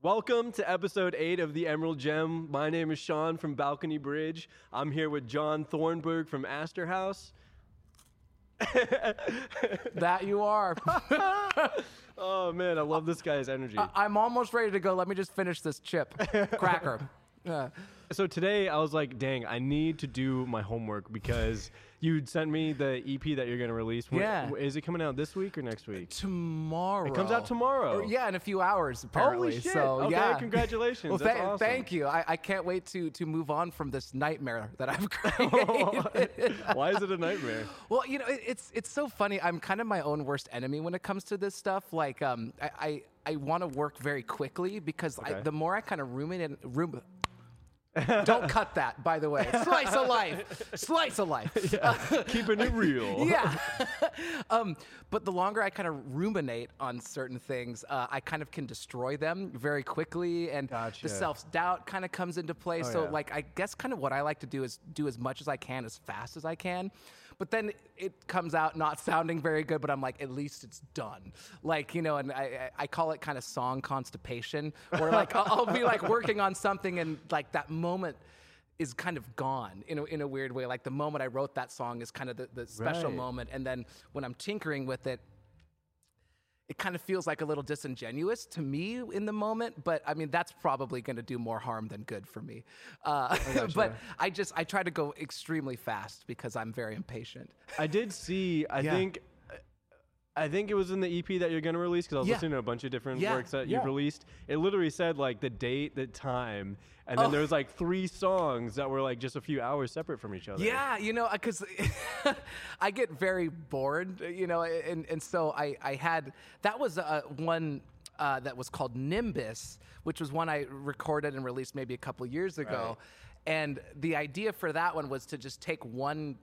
Welcome to episode eight of the Emerald Gem. My name is Sean from Balcony Bridge. I'm here with John Thornburg from Astor House. That you are. Oh man, I love this guy's energy. I'm almost ready to go. Let me just finish this chip. Cracker. Yeah. So today I was like, dang, I need to do my homework because you'd sent me the EP that you're gonna release. When- Yeah. Is it coming out this week or next week? tomorrow. It comes out tomorrow. yeah, in a few hours, apparently. shit. So, Okay, yeah. congratulations. well, That's tha- awesome. thank you. I-, I can't wait to to move on from this nightmare that I've created. Why is it a nightmare? Well, you know, it, it's it's so funny. I'm kind of my own worst enemy when it comes to this stuff. Like, um, I I, I want to work very quickly because I, Okay. the more I kind of ruminate and rum. Don't cut that, by the way. Slice of life, slice of life. Keeping it real. Yeah. um, but the longer I kind of ruminate on certain things, uh, I kind of can destroy them very quickly, and Gotcha. Oh, the self doubt kind of comes into play. so, yeah. like, I guess kind of what I like to do is do as much as I can, as fast as I can. But then it comes out not sounding very good, but I'm like, at least it's done. Like, you know, and I, I I call it kind of song constipation, where like I'll, I'll be like working on something and like that moment is kind of gone in a, in a weird way. Like the moment I wrote that song is kind of the, the special Right. moment. And then when I'm tinkering with it, it kind of feels like a little disingenuous to me in the moment, but I mean that's probably going to do more harm than good for me. Uh, but I just I try to go extremely fast because I'm very impatient. I did see. I Yeah. think. I think it was in the EP that you're gonna release because I was Yeah. listening to a bunch of different Yeah, works that yeah. you've released. It literally said like the date, the time, and then Oh. there was like three songs that were like just a few hours separate from each other. Yeah, you know, because I get very bored, you know, and, and so I, I had that was uh, one uh, that was called Nimbus, which was one I recorded and released maybe a couple years ago. And the idea for that one was to just take one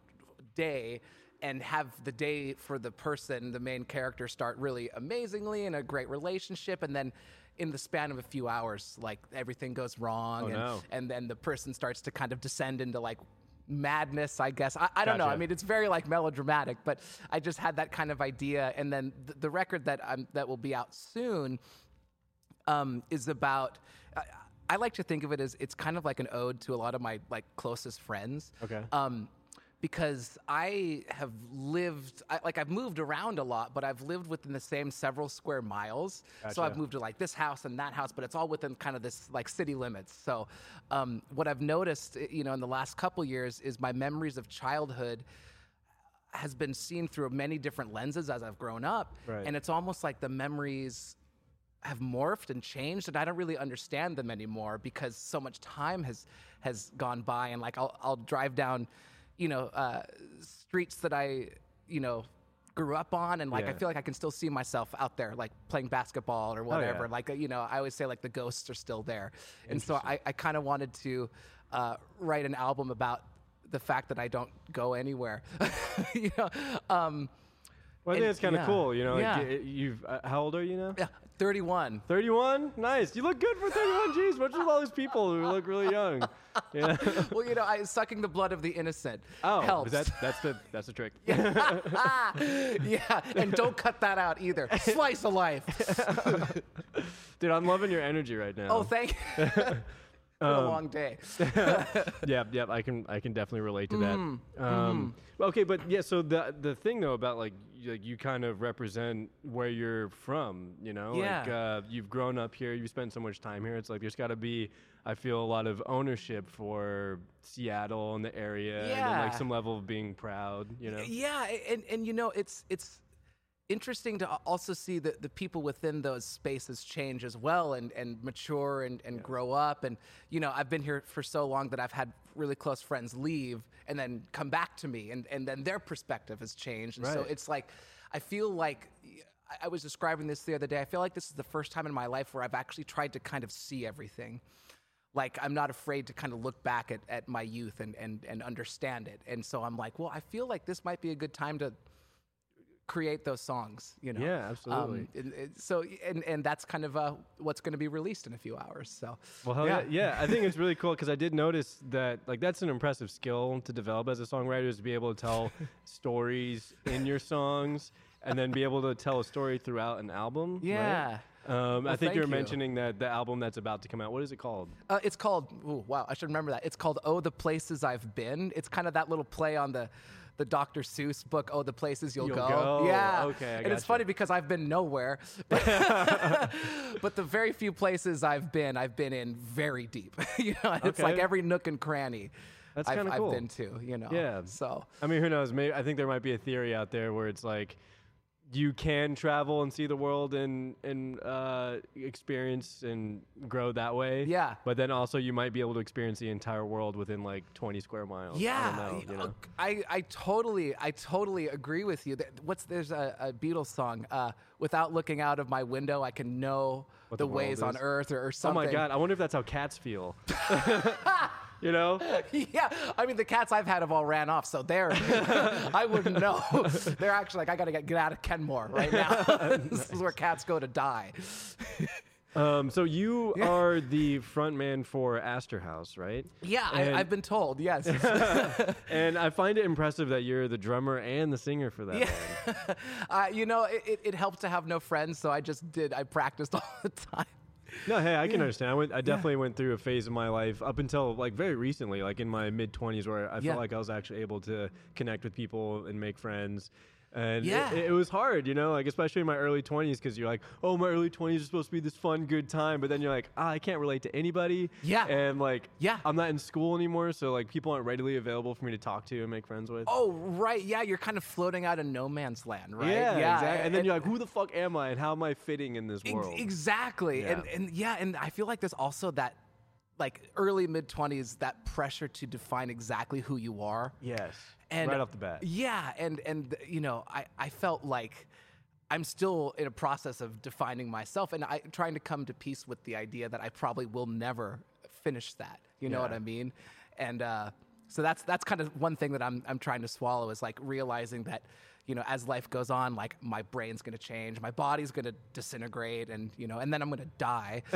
day and have the day for the person, the main character, start really amazingly in a great relationship. And then in the span of a few hours, like everything goes wrong. and, no. and then the person starts to kind of descend into like madness, I guess. I, I don't know. Gotcha. I mean, it's very like melodramatic, but I just had that kind of idea. And then the, the record that I'm, that will be out soon um, is about. I, I like to think of it as it's kind of like an ode to a lot of my like closest friends. Okay. Um, because I have lived, I, like I've moved around a lot, but I've lived within the same several square miles. So I've Gotcha. moved to like this house and that house, but it's all within kind of this like city limits. So um, what I've noticed, eh, you know, in the last couple years is my memories of childhood has been seen through many different lenses as I've grown up. Right. And it's almost like the memories have morphed and changed and I don't really understand them anymore because so much time has has gone by and like I'll I'll drive down, you know, uh, streets that I, you know, grew up on and like I Yeah. Oh, feel like I can still see myself out there like playing basketball or whatever. yeah. Like uh, you know, I always say like the ghosts are still there. And so I, I kind of wanted to uh, write an album about the fact that I don't go anywhere. you know, um, Well, I think And- it's kind of yeah. cool. You know, like, Yeah. y- you've uh, how old are you now? yeah, 31. 31. Nice. You look good for 31. Jeez, what's with all these people who look really young? Yeah. well, you know, I, sucking the blood of the innocent Oh, is helps. that that's the that's the trick. yeah, and don't cut that out either. Slice of life. Dude, I'm loving your energy right now. Oh, thank. you. a long day. Yep, yep. I can I can definitely relate to that. Mm-hmm, Um, Okay, but yeah. So the the thing though about like you, like you kind of represent where you're from. You know, like Yeah. uh, you've grown up here. You've spent so much time here. It's like there's got to be. I feel a lot of ownership for Seattle and the area, and then, like Yeah. some level of being proud. You know. Yeah, a- and and you know, it's it's interesting to al- also see that the people within those spaces change as well and and mature and and grow up and you know I've been here for so long that I've had really close friends leave and then come back to me and and then their perspective has changed and so Right. it's like I feel like I- I was describing this the other day I feel like this is the first time in my life where I've actually tried to kind of see everything like I'm not afraid to kind of look back at, at my youth and, and and understand it. And so I'm like, well, I feel like this might be a good time to create those songs, you know? Yeah, absolutely. Um, and- and so and and that's kind of uh, what's going to be released in a few hours. So Well, hell yeah. yeah, I think it's really cool because I did notice that like that's an impressive skill to develop as a songwriter is to be able to tell stories in your songs and then be able to tell a story throughout an album. right? Yeah. Um, I think thank you're you. mentioning that the album that's about to come out. What is it called? Uh, it's called. Ooh, wow, I should remember that. It's called "Oh, the Places I've Been." It's kind of that little play on the, the Dr. Seuss book. Oh, the places you'll, You'll go. Yeah. Okay, I and it's gotcha. funny because I've been nowhere, but, but the very few places I've been, I've been in very deep. you know, it's Okay. like every nook and cranny. That's I've, kinda I've cool. been to. You know. Yeah. So. I mean, who knows? Maybe I think there might be a theory out there where it's like you can travel and see the world and and uh, experience and grow that way. Yeah. But then also you might be able to experience the entire world within like 20 square miles. Yeah, I Oh, don't know. you You know, know? I, I totally I totally agree with you. There- What's there's a, a Beatles song, uh, "Without looking out of my window, I can know the, the world ways on is." Earth" or, or Oh something. my god! I wonder if that's how cats feel. you know? yeah, I mean the cats I've had have all ran off, so they're I wouldn't know. they're actually like I gotta get, get out of Kenmore right now. this is where cats go to die. Um, so you are the front man for Astor House, right? Yeah, And- I, I've been told. Yes. And I find it impressive that you're the drummer and the singer for that. band. uh, you know, it, it, it helped to have no friends, so I just did. I practiced all the time. No, hey, I can understand. I, went, I definitely went through a phase of my life up until like very recently, like in my mid twenties, where I Yeah. felt like I was actually able to connect with people and make friends. And it- Yeah. it, it was hard, you know, like especially in my early twenties, because you're like, oh, my early twenties are supposed to be this fun, good time, but then you're like, ah, I can't relate to anybody. Yeah. and like, Yeah. I'm not in school anymore, so like people aren't readily available for me to talk to and make friends with. Oh, right. Yeah, you're kind of floating out in no man's land, right? Yeah, exactly. And then you're like, who the fuck am I, and how am I fitting in this Ex- world? Exactly. Yeah. And and yeah, and I feel like there's also that like early mid 20s that pressure to define exactly who you are. yes, And right off the bat. Yeah, and and you know, I I felt like I'm still in a process of defining myself and I trying to come to peace with the idea that I probably will never finish that. You know what Yeah. I mean? And uh so that's that's kind of one thing that I'm I'm trying to swallow is like realizing that you know as life goes on like my brain's going to change, my body's going to disintegrate and you know and then I'm going to die.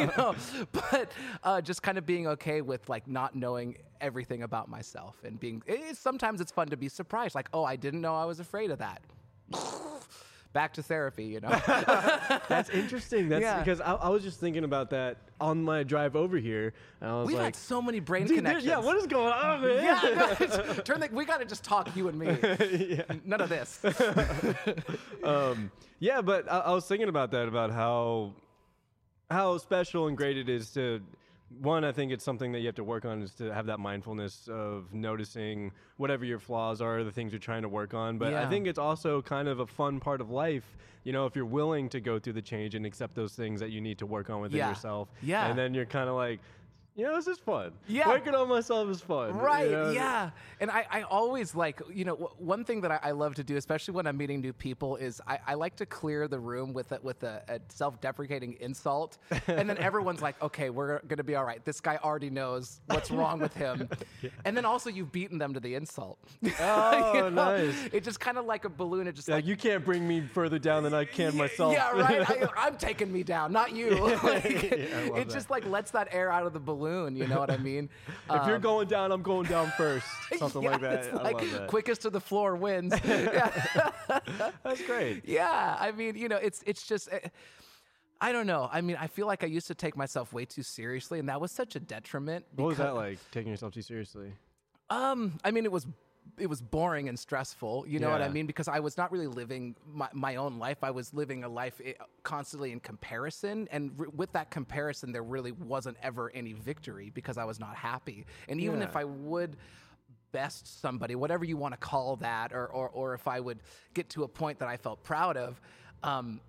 you know, but uh, just kind of being okay with like not knowing everything about myself and being it, it's- sometimes it's fun to be surprised like oh I didn't know I was afraid of that. Back to therapy, you know. That's interesting. That's Yeah. because I, I was just thinking about that on my drive over here, and I was We've like, had so many brain "Dude, there- connections. yeah, what is going on, man? Yeah, guys, turn the, we gotta just talk you and me. None of this. um, yeah, but I, I was thinking about that about how how special and great it is to one. I think it's something that you have to work on is to have that mindfulness of noticing whatever your flaws are, the things you're trying to work on. But I Yeah. think it's also kind of a fun part of life. You know, if you're willing to go through the change and accept those things that you need to work on within Yeah. yourself, Yeah. and then you're kind of like. You know, this is fun. Yeah. Working on myself is fun. you Right. know? Yeah. And I, I always like, you know, w- one thing that I, I love to do, especially when I'm meeting new people, is I, I like to clear the room with a, with a, a self-deprecating insult, and then everyone's like, okay, we're gonna be all right. This guy already knows what's wrong with him, and then also you've beaten them to the insult. You know? Oh, nice. It just kind of like a balloon. It just Like, like. you can't bring me further down than I can yeah, myself. Yeah, right. I, I'm taking me down, not you. Like, I love it just like lets that air out of the balloon. You know what I mean? If you're going down, I'm going down first. Something Um, Yeah, like It's that. I like love that. quickest to the floor wins. yeah. That's great. yeah, I mean, you know, it's it's just. eh, I don't know. I mean, I feel like I used to take myself way too seriously, and that was such a detriment. What was that because- like? Taking yourself too seriously. Um, I mean, it was it was boring and stressful. You know what I Yeah. mean? Because I was not really living my, my own life. I was living a life eh, constantly in comparison, and r- with that comparison, there really wasn't ever any victory because I was not happy. And even Yeah. if I would best somebody, whatever you want to call that, or, or or if I would get to a point that I felt proud of. Um,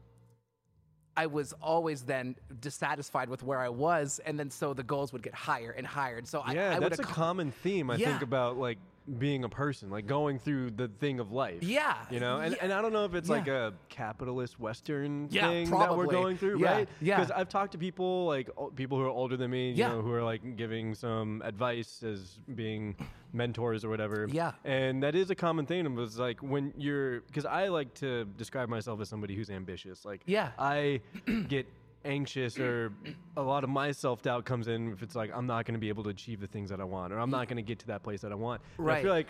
I was always then dissatisfied with where I was, and then so the goals would get higher and higher. And so I- Yeah, I, would that's a acco- common theme I think Yeah. about like being a person, like going through the thing of life. Yeah, You know, and, yeah, and I don't know if it's yeah. like a capitalist Western Yeah, thing that we're probably. going through, Yeah, right? yeah. Because I've talked to people like o- people who are older than me, you Yeah. know, who are like giving some advice as being mentors or whatever. Yeah. And that is a common thing. It was like when you're, because I like to describe myself as somebody who's ambitious. Like, Yeah. I get anxious or a lot of my self doubt comes in if it's like I'm not going to be able to achieve the things that I want or I'm not going to get to that place that I want. And I Right. feel like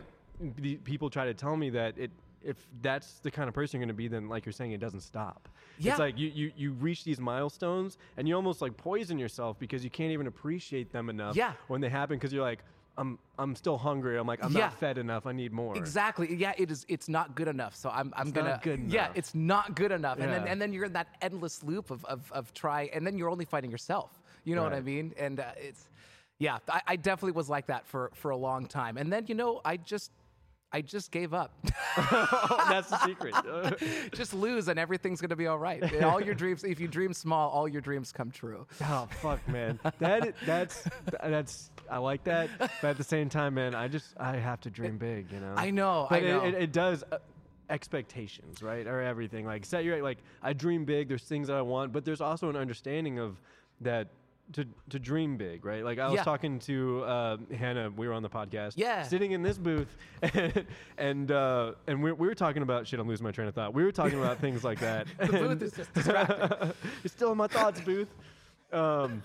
the people try to tell me that it if that's the kind of person you're going to be, then like you're saying, it doesn't stop. Yeah. It's like you, you you reach these milestones and you almost like poison yourself because you can't even appreciate them enough. Yeah. When they happen, because you're like, I'm I'm still hungry. I'm like I'm Yeah. not fed enough. I need more. Exactly. Yeah, it is. It's not good enough. So I'm. I'm It's not gonna. good Yeah, enough. it's not good enough. And then Yeah. and then you're in that endless loop of of of try. And then you're only fighting yourself. You know what I Right. mean? And uh, it's. Yeah, I, I definitely was like that for for a long time. And then you know I just. I just gave up. that's the secret. just lose and everything's going to be all right. All your dreams, if you dream small, all your dreams come true. Oh fuck, man. That i- that's that's I like that, but at the same time, man, I just I have to dream big, you know. I know, but I it- know. It, it does uh, expectations, right, or everything. Like set your like I dream big. There's things that I want, but there's also an understanding of that. To, to dream big, right? Like I was Yeah. talking to uh, Hannah, we were on the podcast, Yeah. sitting in this booth, and and, uh, and we, we were talking about shit. I'm losing my train of thought. We were talking about things like that. The booth and- is just You're still in my thoughts, Booth. Um,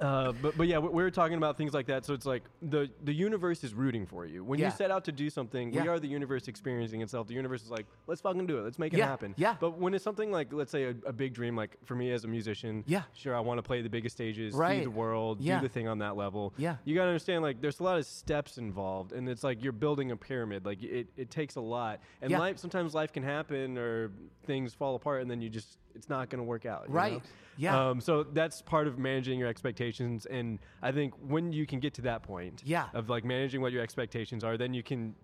uh, but but yeah, we, we were talking about things like that. So it's like the the universe is rooting for you when Yeah. you set out to do something. We Yeah. are the universe experiencing itself. The universe is like, let's fucking do it. Let's make it Yeah, happen. yeah. But when it's something like, let's say, a, a big dream, like for me as a musician, Yeah. sure, I want to play the biggest stages, see Right. the world, Yeah. do the thing on that level. Yeah. You gotta understand, like, there's a lot of steps involved, and it's like you're building a pyramid. Like it, it takes a lot, and Yeah. life sometimes life can happen or things fall apart, and then you just it's not gonna work out you Right. know? Yeah. Um, so that's part of managing your expectations, and I think when you can get to that point, Yeah. of like managing what your expectations are, then you can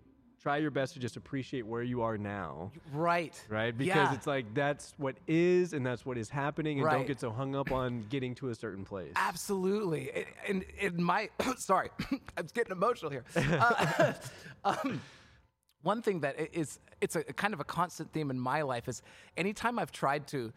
try your best to just appreciate where you are now, Right. right? Because Yeah. it's like that's what is, and that's what is happening, and Right. don't get so hung up on getting to a certain place. Absolutely. It- And in my, sorry, I'm getting emotional here. Uh, um, one thing that i- is, it's a kind of a constant theme in my life is anytime I've tried to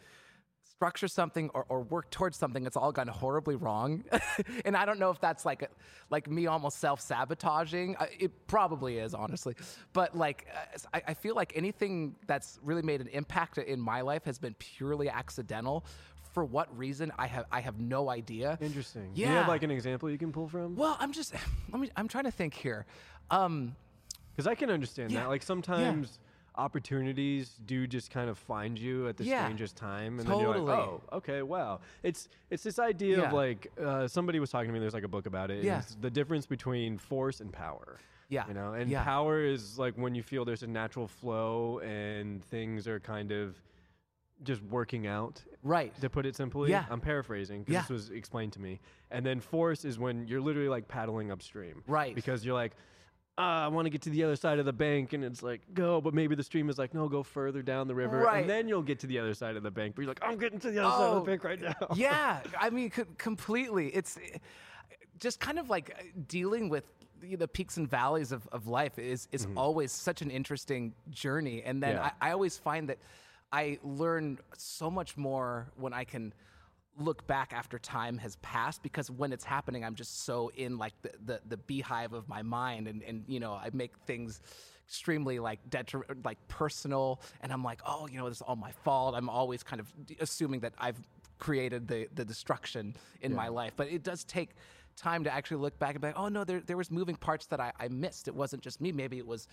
structure something or, or work towards something, it's all gone horribly wrong. and I don't know if that's like, a, like me almost self sabotaging. It probably is, honestly. But like, uh, I, I feel like anything that's really made an impact in my life has been purely accidental. For what reason? I have I have no idea. Interesting. Do You Yeah. have like an example you can pull from? Well, I'm just let me. I'm trying to think here. Um, Because I can understand Yeah. that. Like sometimes opportunities do just kind of find you at the Yeah. strangest time, and then Totally. you're like, oh, okay, wow. It's it's this idea Yeah. of like uh, somebody was talking to me. There's like a book about it. and Yeah. it's the difference between force and power. Yeah. You know, and Yeah. power is like when you feel there's a natural flow and things are kind of just working out right. to put it simply. Yeah. I'm paraphrasing because Yeah. this was explained to me. And then force is when you're literally like paddling upstream. Right. Because you're like, ah, I want to get to the other side of the bank. And it's like, go. But maybe the stream is like, no, go further down the river. Right. And then you'll get to the other side of the bank. But you're like, I'm getting to the other side of Oh, the bank right now. yeah, I mean, c- completely. It's eh, just kind of like eh, dealing with you know, the peaks and valleys of, of life is is always such an interesting journey. And then Yeah. I, I always find that I learn so much more when I can look back after time has passed because when it's happening i'm just so in like the, the, the beehive of my mind and, and you know i make things extremely like detriment like personal and i'm like oh you know this is all my fault i'm always kind of d- assuming that i've created the the destruction in my life but it does take time to actually look back and be like oh no there, there was moving parts that I, I missed it wasn't just me maybe it was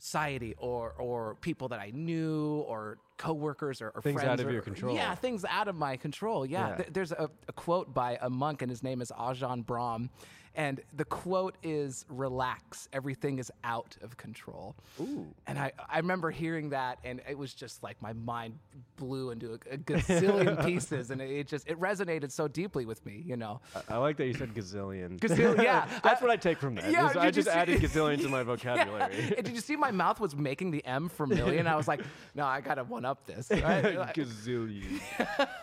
society or or people that i knew or coworkers or, or Things friends out of or- your control. yeah things out of my control. Yeah. Yeah. Th- there's a, a quote by a monk, and his name is Ajahn Brahm. And the quote is relax, everything is out of control. Ooh. And I, I remember hearing that, and it was just like my mind blew into a, a gazillion pieces, and it, it just it resonated so deeply with me, you know. I like that you said gazillion. Gazillion- yeah. That's I- what I take from that. Yeah, is I did you just see- added gazillion to my Yeah. vocabulary. And Did you see my mouth was making the M for million? I was like, no, I gotta one up this. right? gazillion.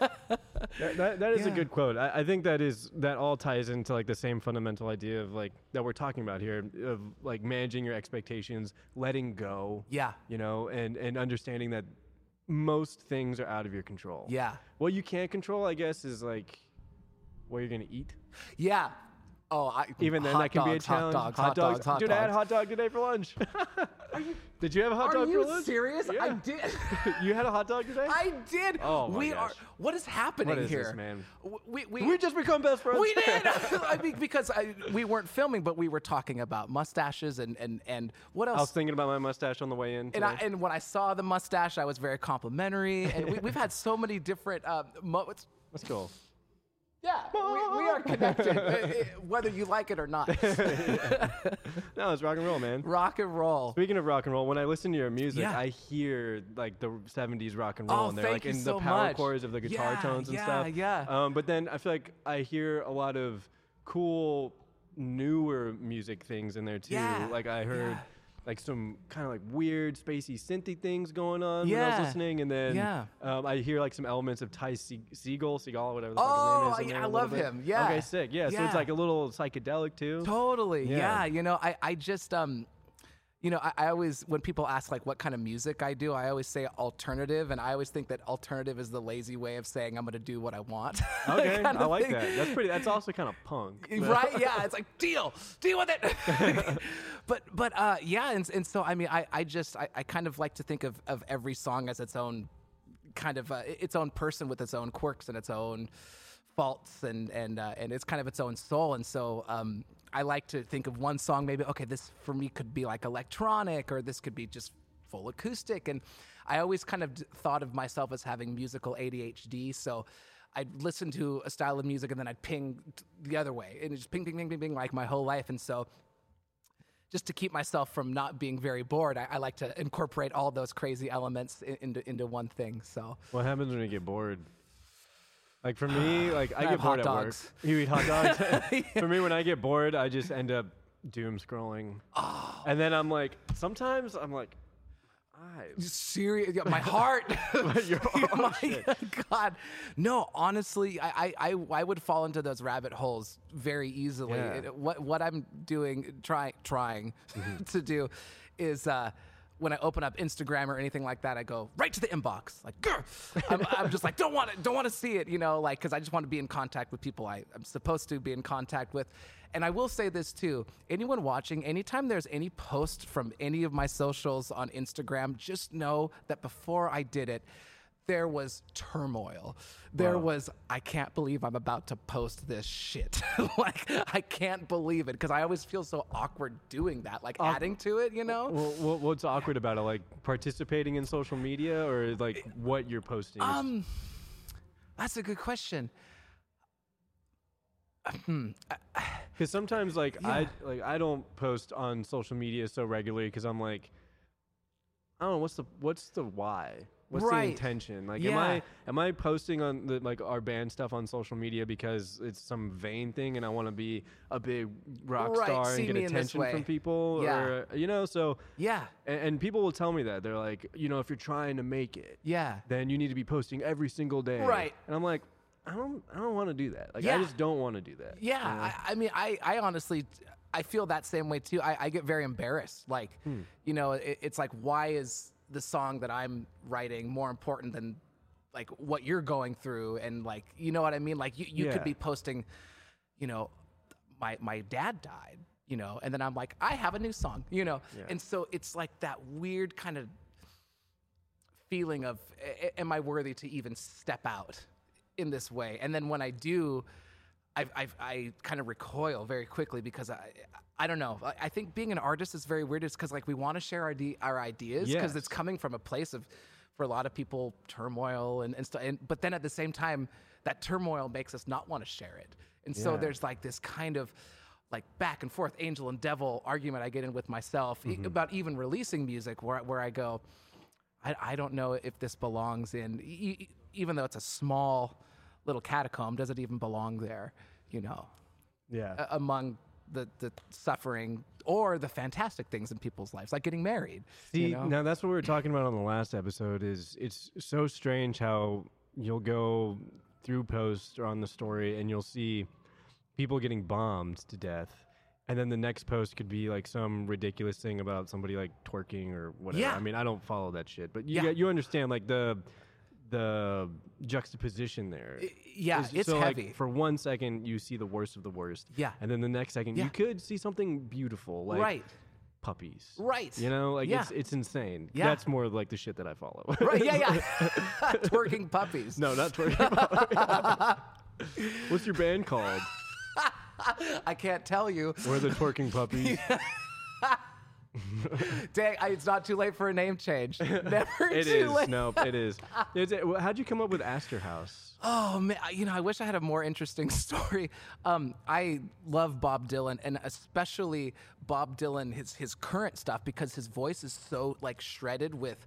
that, that- that is a Yeah. good quote. I, I think that is that all ties into like the same fundamental idea of like that we're talking about here of like managing your expectations, letting go. Yeah. You know, and and understanding that most things are out of your control. Yeah. What you can't control, I guess, is like what you're gonna eat. Yeah. Oh, I, Even then, hot that can be a dogs, hot challenge. dogs, hot dogs, hot Dude, I had dogs. hot dog today for lunch. did you have a hot Are dog for you lunch? serious? I Yeah. did. you had a hot dog today? I did. Oh my we are. gosh. What is happening What is here, this, man? W- We we we just become best friends. We did. I mean, because I, we weren't filming, but we were talking about mustaches and and and what I was else. thinking about my mustache on the way in. And, I, today. and when I saw the mustache, I was very complimentary. And we, we've had so many different uh, moments. Let's go. Yeah, we, we are connected, uh, uh, whether you like it or not. No, it's rock and roll, man. Rock and roll. Speaking of rock and roll, when I listen to your music, Yeah. I hear like the 70s rock and roll, Oh, and they're thank like you in so the power much. chords of the guitar Yeah, tones and yeah, stuff. yeah. Um, but then I feel like I hear a lot of cool newer music things in there too. Yeah, Like I heard yeah. like some kind of like weird spacey synthy things going on when I Yeah, was listening, and then yeah. um, I hear like some elements of Ty Se- Siegel, Seagal, whatever the Oh, fuck his name is. in yeah, there I a little love bit. him. Yeah. Okay, sick. Yeah, so Yeah. it's like a little psychedelic too. Totally. Yeah. Yeah. You know, I, I just, um, you know, I, I always, when people ask like what kind of music I do, I always say alternative. And I always think that alternative is the lazy way of saying I'm going to do what I want. Okay, Kind I of like thing. that. That's pretty. That's also kind of punk. right yeah it's like deal deal with it but but uh yeah and, and so i mean i i just I, I kind of like to think of of every song as its own kind of uh, its own person with its own quirks and its own faults and and uh, and it's kind of its own soul and so um i like to think of one song maybe okay this for me could be like electronic or this could be just full acoustic and i always kind of d- thought of myself as having musical adhd so i'd listen to a style of music and then i'd ping t- the other way and it's just ping ping ping ping ping like my whole life and so just to keep myself from not being very bored i, I like to incorporate all those crazy elements i- into, into one thing so What happens when you get bored? Like for me, like I have get bored hot at work. dogs. You eat hot dogs. for me, when I get bored, I just end up doom scrolling. Oh. And then I'm like, sometimes I'm like, I. serious yeah, my heart Oh my god no honestly I, I i i would fall into those rabbit holes very easily Yeah. It- what what i'm doing try, trying to do is uh when I open up Instagram or anything like that, I go right to the inbox. Like, grr. I'm, I'm just like, don't want it, don't want to see it, you know, like, because I just want to be in contact with people I, I'm supposed to be in contact with. And I will say this too anyone watching, anytime there's any post from any of my socials on Instagram, just know that before I did it, there was turmoil. There was, I can't believe I'm about to post this shit. like, I can't believe it because I always feel so awkward doing that, like adding to it, you know? Well, wha- what's awkward about it? Like participating in social media, or like what you're posting? is- Um, That's a good question. Because sometimes, like I like I don't post on social media so regularly because I'm like, I don't know what's the what's the why, what's Right. the intention? Like, am Yeah. I am I posting on the, like our band stuff on social media because it's some vain thing and I want to be a big rock Right, star see and get me in this attention way. from people, Yeah. or you know, so Yeah. And, and people will tell me that they're like, you know, if you're trying to make it, Yeah. then you need to be posting every single day, Right. And I'm like. I don't. I don't want to do that. Like Yeah. I just don't want to do that. Yeah. I, I mean, I, I honestly, I feel that same way too. I, I get very embarrassed. Like, you know, it, it's like, why is the song that I'm writing more important than like what you're going through? And like, you know what I mean? Like you, you could Yeah. be posting, you know, my, my dad died, you know, and then I'm like, I have a new song, you know? And so it's like that weird kind of feeling of "A- a- am I worthy to even step out in this way? And then when I do, I I, I kind of recoil very quickly because I I don't know. I, I think being an artist is very weird. It's because like we want to share our de- our ideas because it's Yes. coming from a place of for a lot of people turmoil and and, stu- and but then at the same time that turmoil makes us not want to share it. And so Yeah. there's like this kind of like back and forth angel and devil argument I get in with myself e- Mm-hmm. about even releasing music where I- where I go I, I don't know if this belongs in, e- e- even though it's a small little catacomb, does it even belong there, you know, Yeah. a- among the, the suffering or the fantastic things in people's lives, like getting married. See, you know? now that's what we were talking about on the last episode. Is it's so strange how you'll go through posts or on the story and you'll see people getting bombed to death, and then the next post could be like some ridiculous thing about somebody like twerking or whatever. Yeah. I mean, I don't follow that shit, but you Yeah. get- you understand like the the juxtaposition there. yeah, just- it's so, like, heavy. for one second, you see the worst of the worst. Yeah. and then the next second, Yeah. you could see something beautiful, like Right. puppies. Right. You know, like Yeah. it's it's insane. Yeah. That's more of, like the shit that I follow. Right, yeah, yeah. Twerking puppies. no, not twerking. What's your band called? I can't tell you. We're the twerking puppies. Dang, I, it's not too late for a name change. Never It too is. late. Nope. It is. It's, it, how'd you come up with Astor House? Oh man, I- you know, I wish I had a more interesting story. Um, I love Bob Dylan, and especially Bob Dylan, his his current stuff, because his voice is so like shredded with,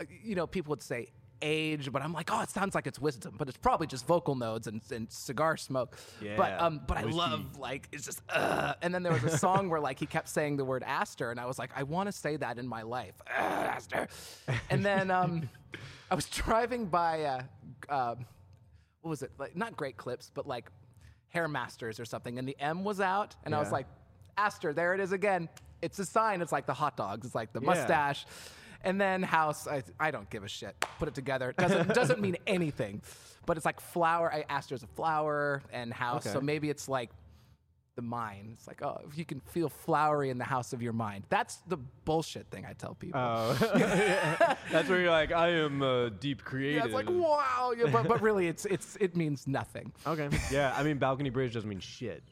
uh, you know, people would say age, but I'm like, oh, it sounds like it's wisdom, but it's probably just vocal notes and, and cigar smoke. But Yeah, um, but I whiskey. love like it's just, uh, and then there was a song where like he kept saying the word Aster, and I was like, I want to say that in my life, Ugh, Aster. And then um, I was driving by. Uh, uh, what was it? Like not great clips, but like Hair Masters or something. And the M was out, and I was Yeah. like, Aster, there it is again. It's a sign. It's like the hot dogs. It's like the mustache. And then house, I, I don't give a shit. Put it together. It doesn't doesn't mean anything. But it's like flower. I, Aster's a flower and house. So Okay. maybe it's like the mind. It's like oh, if you can feel flowery in the house of your mind. That's the bullshit thing I tell people. Oh. That's where you're like, I am uh, deep creative. yeah, it's like wow, yeah, but, but really, it's it's it means nothing. Okay. Yeah, I mean, balcony bridge doesn't mean shit.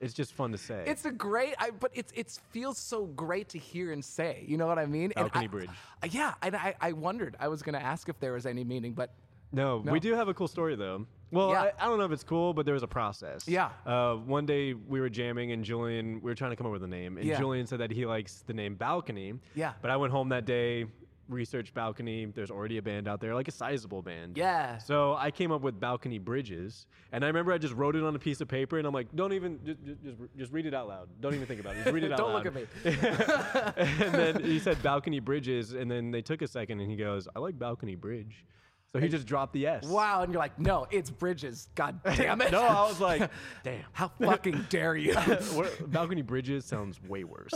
It's just fun to say. It's a great, I, but it's it feels so great to hear and say. You know what I mean? And Balcony I- Oh, Bridge. uh, Yeah, and I, I wondered. I was going to ask if there was any meaning, but no, we do have a cool story though. Well, Yeah. I, I don't know if it's cool, but there was a process. Yeah. Uh, one day we were jamming, and Julian, we were trying to come up with a name, and Yeah. Julian said that he likes the name balcony. Yeah. But I went home that day, researched balcony. There's already a band out there, like a sizable band. Yeah. So I came up with balcony bridges, and I remember I just wrote it on a piece of paper, and I'm like, don't even just just, just read it out loud. Don't even think about it. Just read it out don't loud. look at me. and then he said balcony bridges, and then they took a second, and he goes, "I like balcony bridge," so he just dropped the S. Wow, and you're like, no, it's bridges. God damn it! No, I was like, "Damn, How fucking dare you? what, balcony bridges sounds way worse."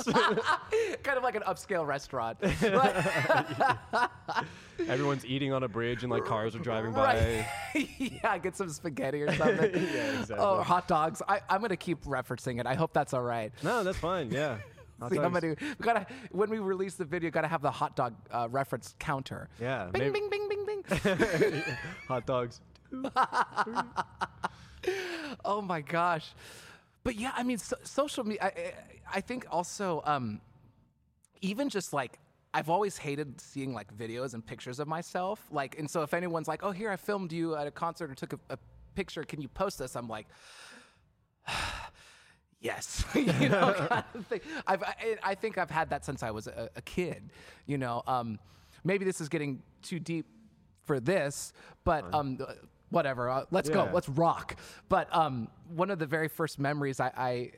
kind of like an upscale restaurant. But- Everyone's eating on a bridge, and like cars are driving by. right. yeah, get some spaghetti or something. Yeah, exactly. Oh, or hot dogs. I, I'm going to keep referencing it. I hope that's all right. No, that's fine. Yeah. Hot See how dogs. many we gotta when we release the video, gotta have the hot dog uh, reference counter. Yeah, Bing, maybe- bing, bing, bing, bing. Hot dogs. oh my gosh. But yeah, I mean, so, social media. I, I- I think also, um, even just like I've always hated seeing like videos and pictures of myself. Like, and so if anyone's like, "Oh, here I filmed you at a concert or took a, a picture, can you post this?" I'm like. Yes, you know, kind of thing. I've, I, I think I've had that since I was a, a kid. You know, um, maybe this is getting too deep for this, but um, uh, whatever. Uh, let's go. Yeah. Let's rock. But um, one of the very first memories I. I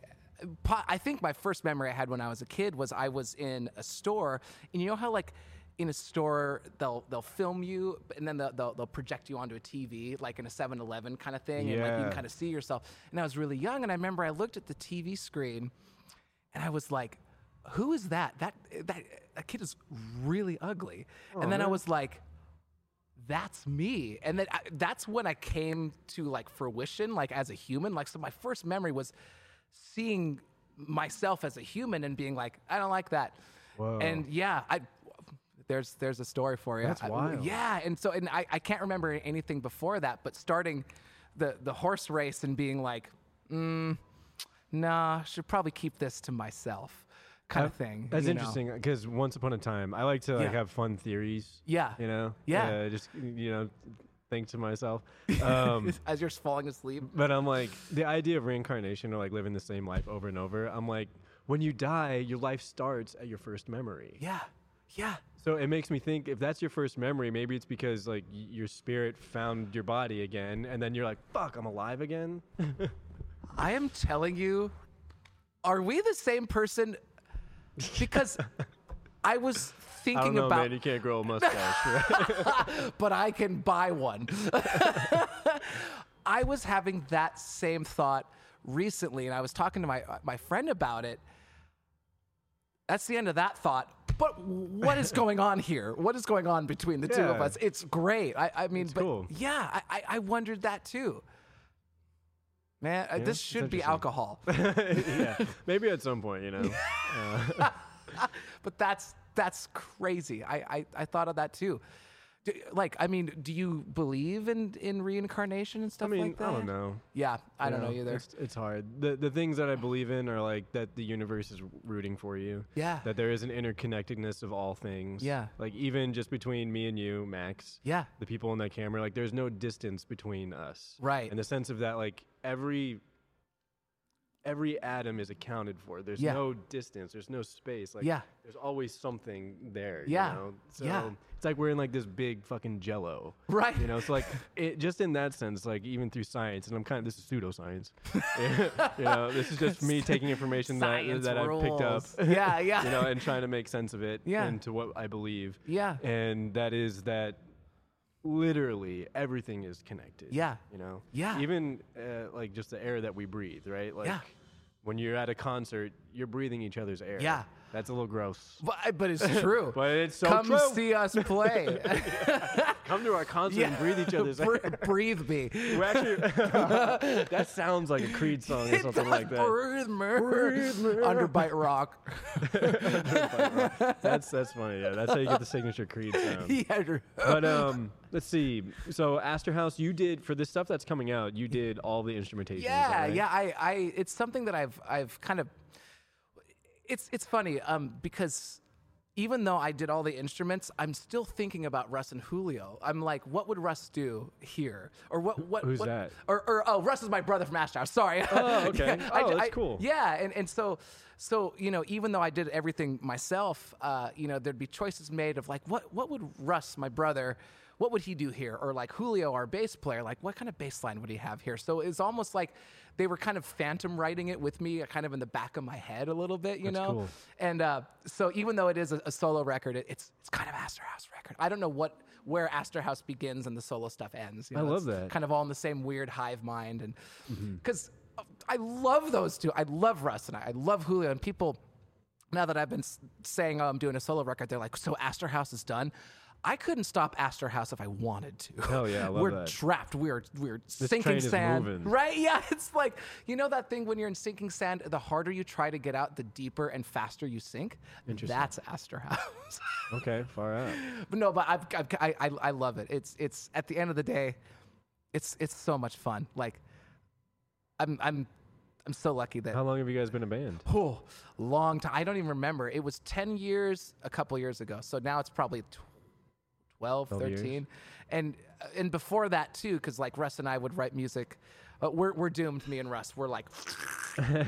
po- I think my first memory I had when I was a kid was I was in a store, and you know how like in a store they'll they'll film you and then they'll they'll, they'll project you onto a TV like in a 7-Eleven kind of thing, and like you can Yeah. kind of to see yourself. And I was really young, and I remember I looked at the TV screen, and I was like, "Who is that? That that that kid is really ugly." Oh, and then I was like, "That's me." And then I, that's when I came to like fruition, like as a human. Like so, my first memory was seeing myself as a human and being like, "I don't like that." Whoa. And yeah, I. There's there's a story for you. That's I- wild. yeah, yeah, and so and I, I can't remember anything before that, but starting the the horse race and being like, mm, nah, should probably keep this to myself, kind of thing. That's you know? interesting because once upon a time, I like to like Yeah. have fun theories. Yeah. You know. Yeah. Uh, just you know, think to myself. Um, As you're falling asleep, But I'm like, the idea of reincarnation or like living the same life over and over, I'm like, when you die, your life starts at your first memory. yeah, yeah, So it makes me think if that's your first memory, maybe it's because like y- your spirit found your body again, and then you're like, fuck, I'm alive again. I am telling you, are we the same person? Because I was thinking I don't know, about man. You can't grow a mustache. but I can buy one. I was having that same thought uh, recently, and I was talking to my my friend about it. That's the end of that thought. but what is going on here? What is going on between the two of Yeah. us? It's great. I, I mean, but cool. yeah, I- I, I wondered that too. Man, uh this it's should be interesting. alcohol, yeah, maybe at some point, you know. but that's that's crazy. I, I, I thought of that too. Do- like, I mean, do you believe in in reincarnation and I stuff mean, like that? I don't know. Yeah, I don't You know, either. It's, it's hard. The the things that I believe in are like that the universe is rooting for you. Yeah. That there is an interconnectedness of all things. Yeah. Like even just between me and you, Max. Yeah. The people in that camera, like there's no distance between us. Right. In the sense of that, like every every atom is accounted for. There's Yeah. no distance. There's no space. Like Yeah. there's always something there. Yeah. You know? So Yeah. it's like we're in like this big fucking jello. Right. You know, it's like it just in that sense, like even through science, and I'm kind of this is pseudoscience. you know, this is just me taking information that Science that I've picked up. rules. Yeah, yeah. you know, and trying to make sense of it Yeah. into what I believe. Yeah. And that is that literally everything is connected. Yeah. You know? Yeah. Even uh, like just the air that we breathe, right? Like Yeah. when you're at a concert, you're breathing each other's air. Yeah. That's a little gross. But, but it's true. But it's so Come true. see us play. Come to our concert and breathe each other's air. Bre- breathe me. We're actually, that sounds like a Creed song or something like that. Breathe me. Underbite rock. That's that's funny. Yeah, that's how you get the signature Creed sound. Yeah, true. But um, let's see. So Astor House, you did for this stuff that's coming out. You did all the instrumentation. is that yeah, right? yeah. I, I, it's something that I've, I've kind of. It's, it's funny um, because even though I did all the instruments, I'm still thinking about Russ and Julio. I'm like, what would Russ do here? Or what? what Who's what- that? Or, or oh, Russ is my brother from Ashdown. Sorry. Oh, okay. Oh, that's cool. Yeah, and, and so so you know, even though I did everything myself, uh, you know, there'd be choices made of like what what would Russ, my brother, what would he do here, or like Julio, our bass player, like what kind of bass line would he have here? So it's almost like they were kind of phantom writing it with me, uh, kind of in the back of my head a little bit, you know. cool. And uh, so even though it is a, a solo record, it, it's it's kind of Astor House record. I don't know what where Astor House begins and the solo stuff ends. you I know, love it's that. Mm-hmm. Kind of all in the same weird hive mind, and because I love those two. I love Russ and I, I love Julio and people. Now that I've been s- saying oh, I'm doing a solo record, they're like, so Astor House is done. I couldn't stop Astor House if I wanted to. Hell Oh, yeah, I love we're that. trapped. We're we're sinking train is sand. moving. Right? Yeah. It's like you know that thing when you're in sinking sand. The harder you try to get out, the deeper and faster you sink. That's Astor House. Okay, far out. but no, but I've, I've, I, I I love it. It's it's at the end of the day, it's it's so much fun. Like, I'm I'm I'm so lucky that How long have you guys been a band? oh, long time. I don't even remember. It was 10 years a couple years ago. So now it's probably tw- 12, 12 13. And uh, and before that too cuz like Russ and I would write music. Uh, we're we're doomed me and Russ. We're like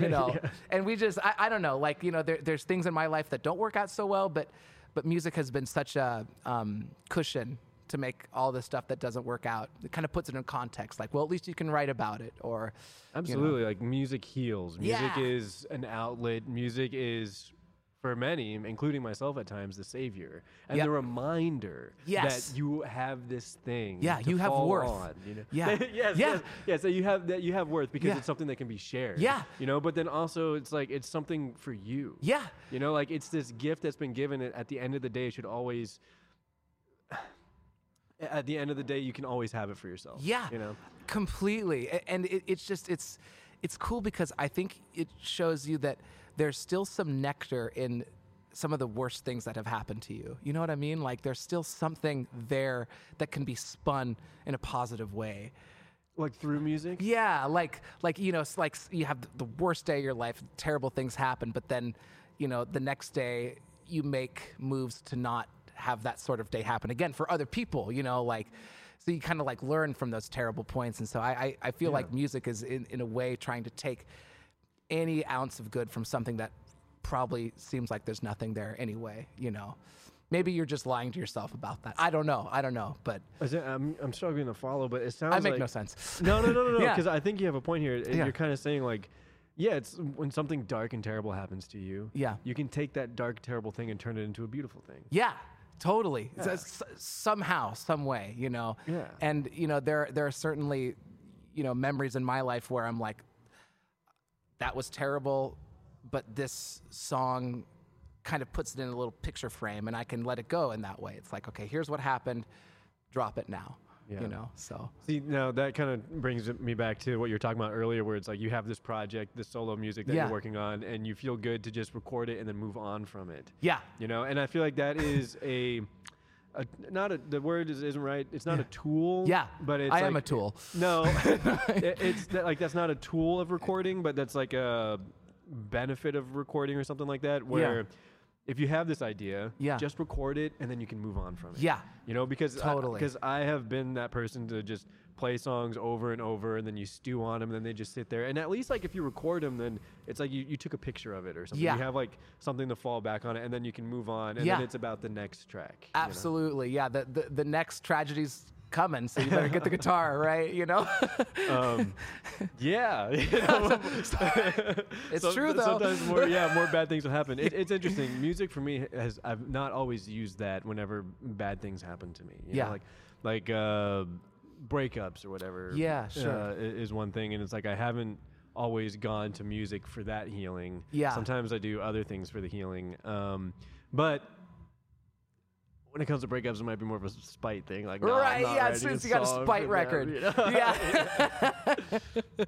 you know. And we just I, I don't know, like you know there, there's things in my life that don't work out so well, but but music has been such a um, cushion to make all this stuff that doesn't work out. It kind of puts it in context like, well, at least you can write about it or Absolutely. Like music heals. Music Yeah. is an outlet. Music is for many, including myself at times, the savior and Yep. the reminder Yes. that you have this thing. Yeah, to you have fall worth. on, you know? Yeah. yes, yeah. Yeah. yes, yes, That you have that you have worth because Yeah. it's something that can be shared. Yeah. you know. But then also, it's like it's something for you. Yeah. you know, like it's this gift that's been given. and At the end of the day, it should always. At the end of the day, you can always have it for yourself. Yeah, you know. completely. A- And it, it's just it's it's cool because I think it shows you that there's still some nectar in some of the worst things that have happened to you. You know what I mean? Like there's still something there that can be spun in a positive way. Like through music. Yeah, like like you know, it's like s- you have th- the worst day of your life, terrible things happen, but then you know the next day you make moves to not have that sort of day happen again for other people. You know, like so you kind of like learn from those terrible points, and so I I, I feel like music is in in a way trying to take any ounce of good from something that probably seems like there's nothing there anyway. You know, maybe you're just lying to yourself about that. I don't know. I don't know, but Is it- I'm, I'm struggling to follow, but it sounds I make like, no sense. No, no, no, no, no. Yeah. Because I think you have a point here. and Yeah. You're kind of saying like, yeah, it's when something dark and terrible happens to you. Yeah. you can take that dark, terrible thing and turn it into a beautiful thing. Yeah, totally. S- s- somehow, some way, you know. Yeah. And you know, there there are certainly, you know, memories in my life where I'm like, that was terrible, but this song kind of puts it in a little picture frame, and I can let it go in that way. It's like, okay, here's what happened, drop it now. Yeah. You know, so See, now that kind of brings me back to what you were talking about earlier, where it's like you have this project, this solo music that Yeah. you're working on, and you feel good to just record it and then move on from it. yeah, You know, and I feel like that is a, a not a the word is, isn't right. It's not a tool. Yeah. but it's I am like- a tool. No, it, it's that, like that's not a tool of recording, but that's like a benefit of recording or something like that. Where if you have this idea, Yeah. just record it and then you can move on from it. Yeah. you know because Totally. because I, have been that person to just play songs over and over and then you stew on them and then they just sit there and at least like if you record them then it's like you, you took a picture of it or something Yeah. you have like something to fall back on it and then you can move on and Yeah. then it's about the next track you know? absolutely, yeah. The, the the next tragedy's coming, so you better get the guitar right. You know, um, yeah, you know, It's some- true, though. Sometimes more, yeah, more bad things will happen. It, it's interesting. Music for me has I've not always used that whenever bad things happen to me. you know, Yeah. like like uh, breakups or whatever. Yeah, uh, sure. i- is one thing, and it's like I haven't always gone to music for that healing. Yeah. sometimes I do other things for the healing. Um, but. When it comes to breakups, it might be more of a spite thing. Like, no, I'm right? not Yeah, writing it's, it's, you got a song for spite them, record. you know? Yeah,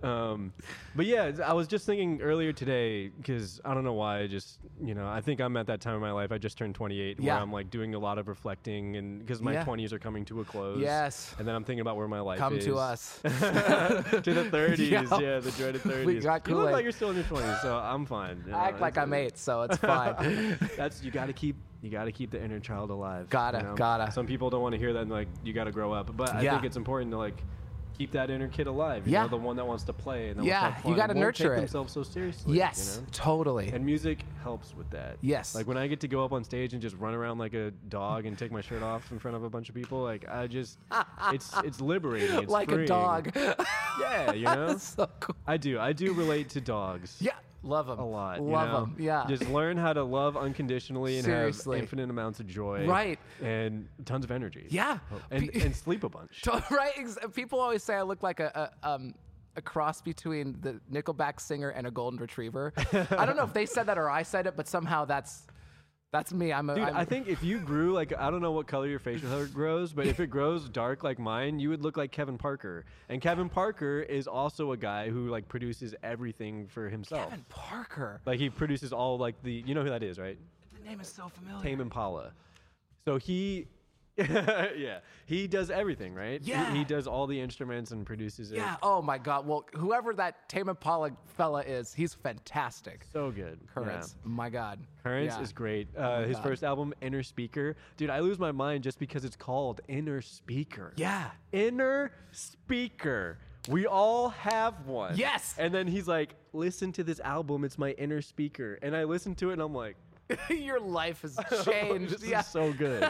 um, but yeah, I was just thinking earlier today because I don't know why. I just you know, I think I'm at that time in my life. I just turned 28, Yeah. where I'm like doing a lot of reflecting, and because my Yeah. 20s are coming to a close. Yes. and then I'm thinking about where my life come is. to us. to the 30s. Yo. Yeah, the dreaded 30s. got you look Kool-Aid. like you're still in your 20s, so I'm fine. Uh, you know, I act like it's- I'm eight, so it's fine. That's you gotta keep you gotta keep the inner child alive. Gotta, you gotta. Some people don't want to hear that and like you gotta grow up, but I Yeah. think it's important to like keep that inner kid alive. You Yeah. know, the one that wants to play and that Yeah, wants to have you fun and gotta won't nurture take it. themselves so seriously. you yes, know? totally. And music helps with that. Yes. Like when I get to go up on stage and just run around like a dog and take my shirt off in front of a bunch of people, like I just, it's it's liberating. It's like a freeing. dog. Yeah, you know. That's so cool. I do. I do relate to dogs. Yeah, love them a lot. you Love know? them. Yeah. Just learn how to love unconditionally and Seriously. have infinite amounts of joy. Right. And tons of energy. Yeah. And, Pe- and sleep a bunch. To- right? ex- People always say I look like a, a um a cross between the Nickelback singer and a golden retriever. I don't know if they said that or I said it, but somehow that's that's me. I'm a Dude, I'm- i think if you grew like I don't know what color your facial hair grows, but if it grows dark like mine, you would look like Kevin Parker. And Kevin Parker is also a guy who like produces everything for himself. Kevin Parker. Like he produces all like the you know who that is, right? The name is so familiar. Tame Impala. So he, yeah, he does everything, right? He- Yeah. He, does all the instruments and produces it. Yeah. Oh my God. Well, whoever that Tame Impala fella is, he's fantastic. So good. Yeah. Currents. My God. Currents Yeah. Oh is great. Uh, his first album, Inner Speaker. Dude, I lose my mind just because it's called Inner Speaker. Yeah. Inner Speaker. We all have one. Yes. And then he's like, listen to this album. It's my inner speaker. And I listen to it and I'm like, Your life has This changed. yeah. is so good.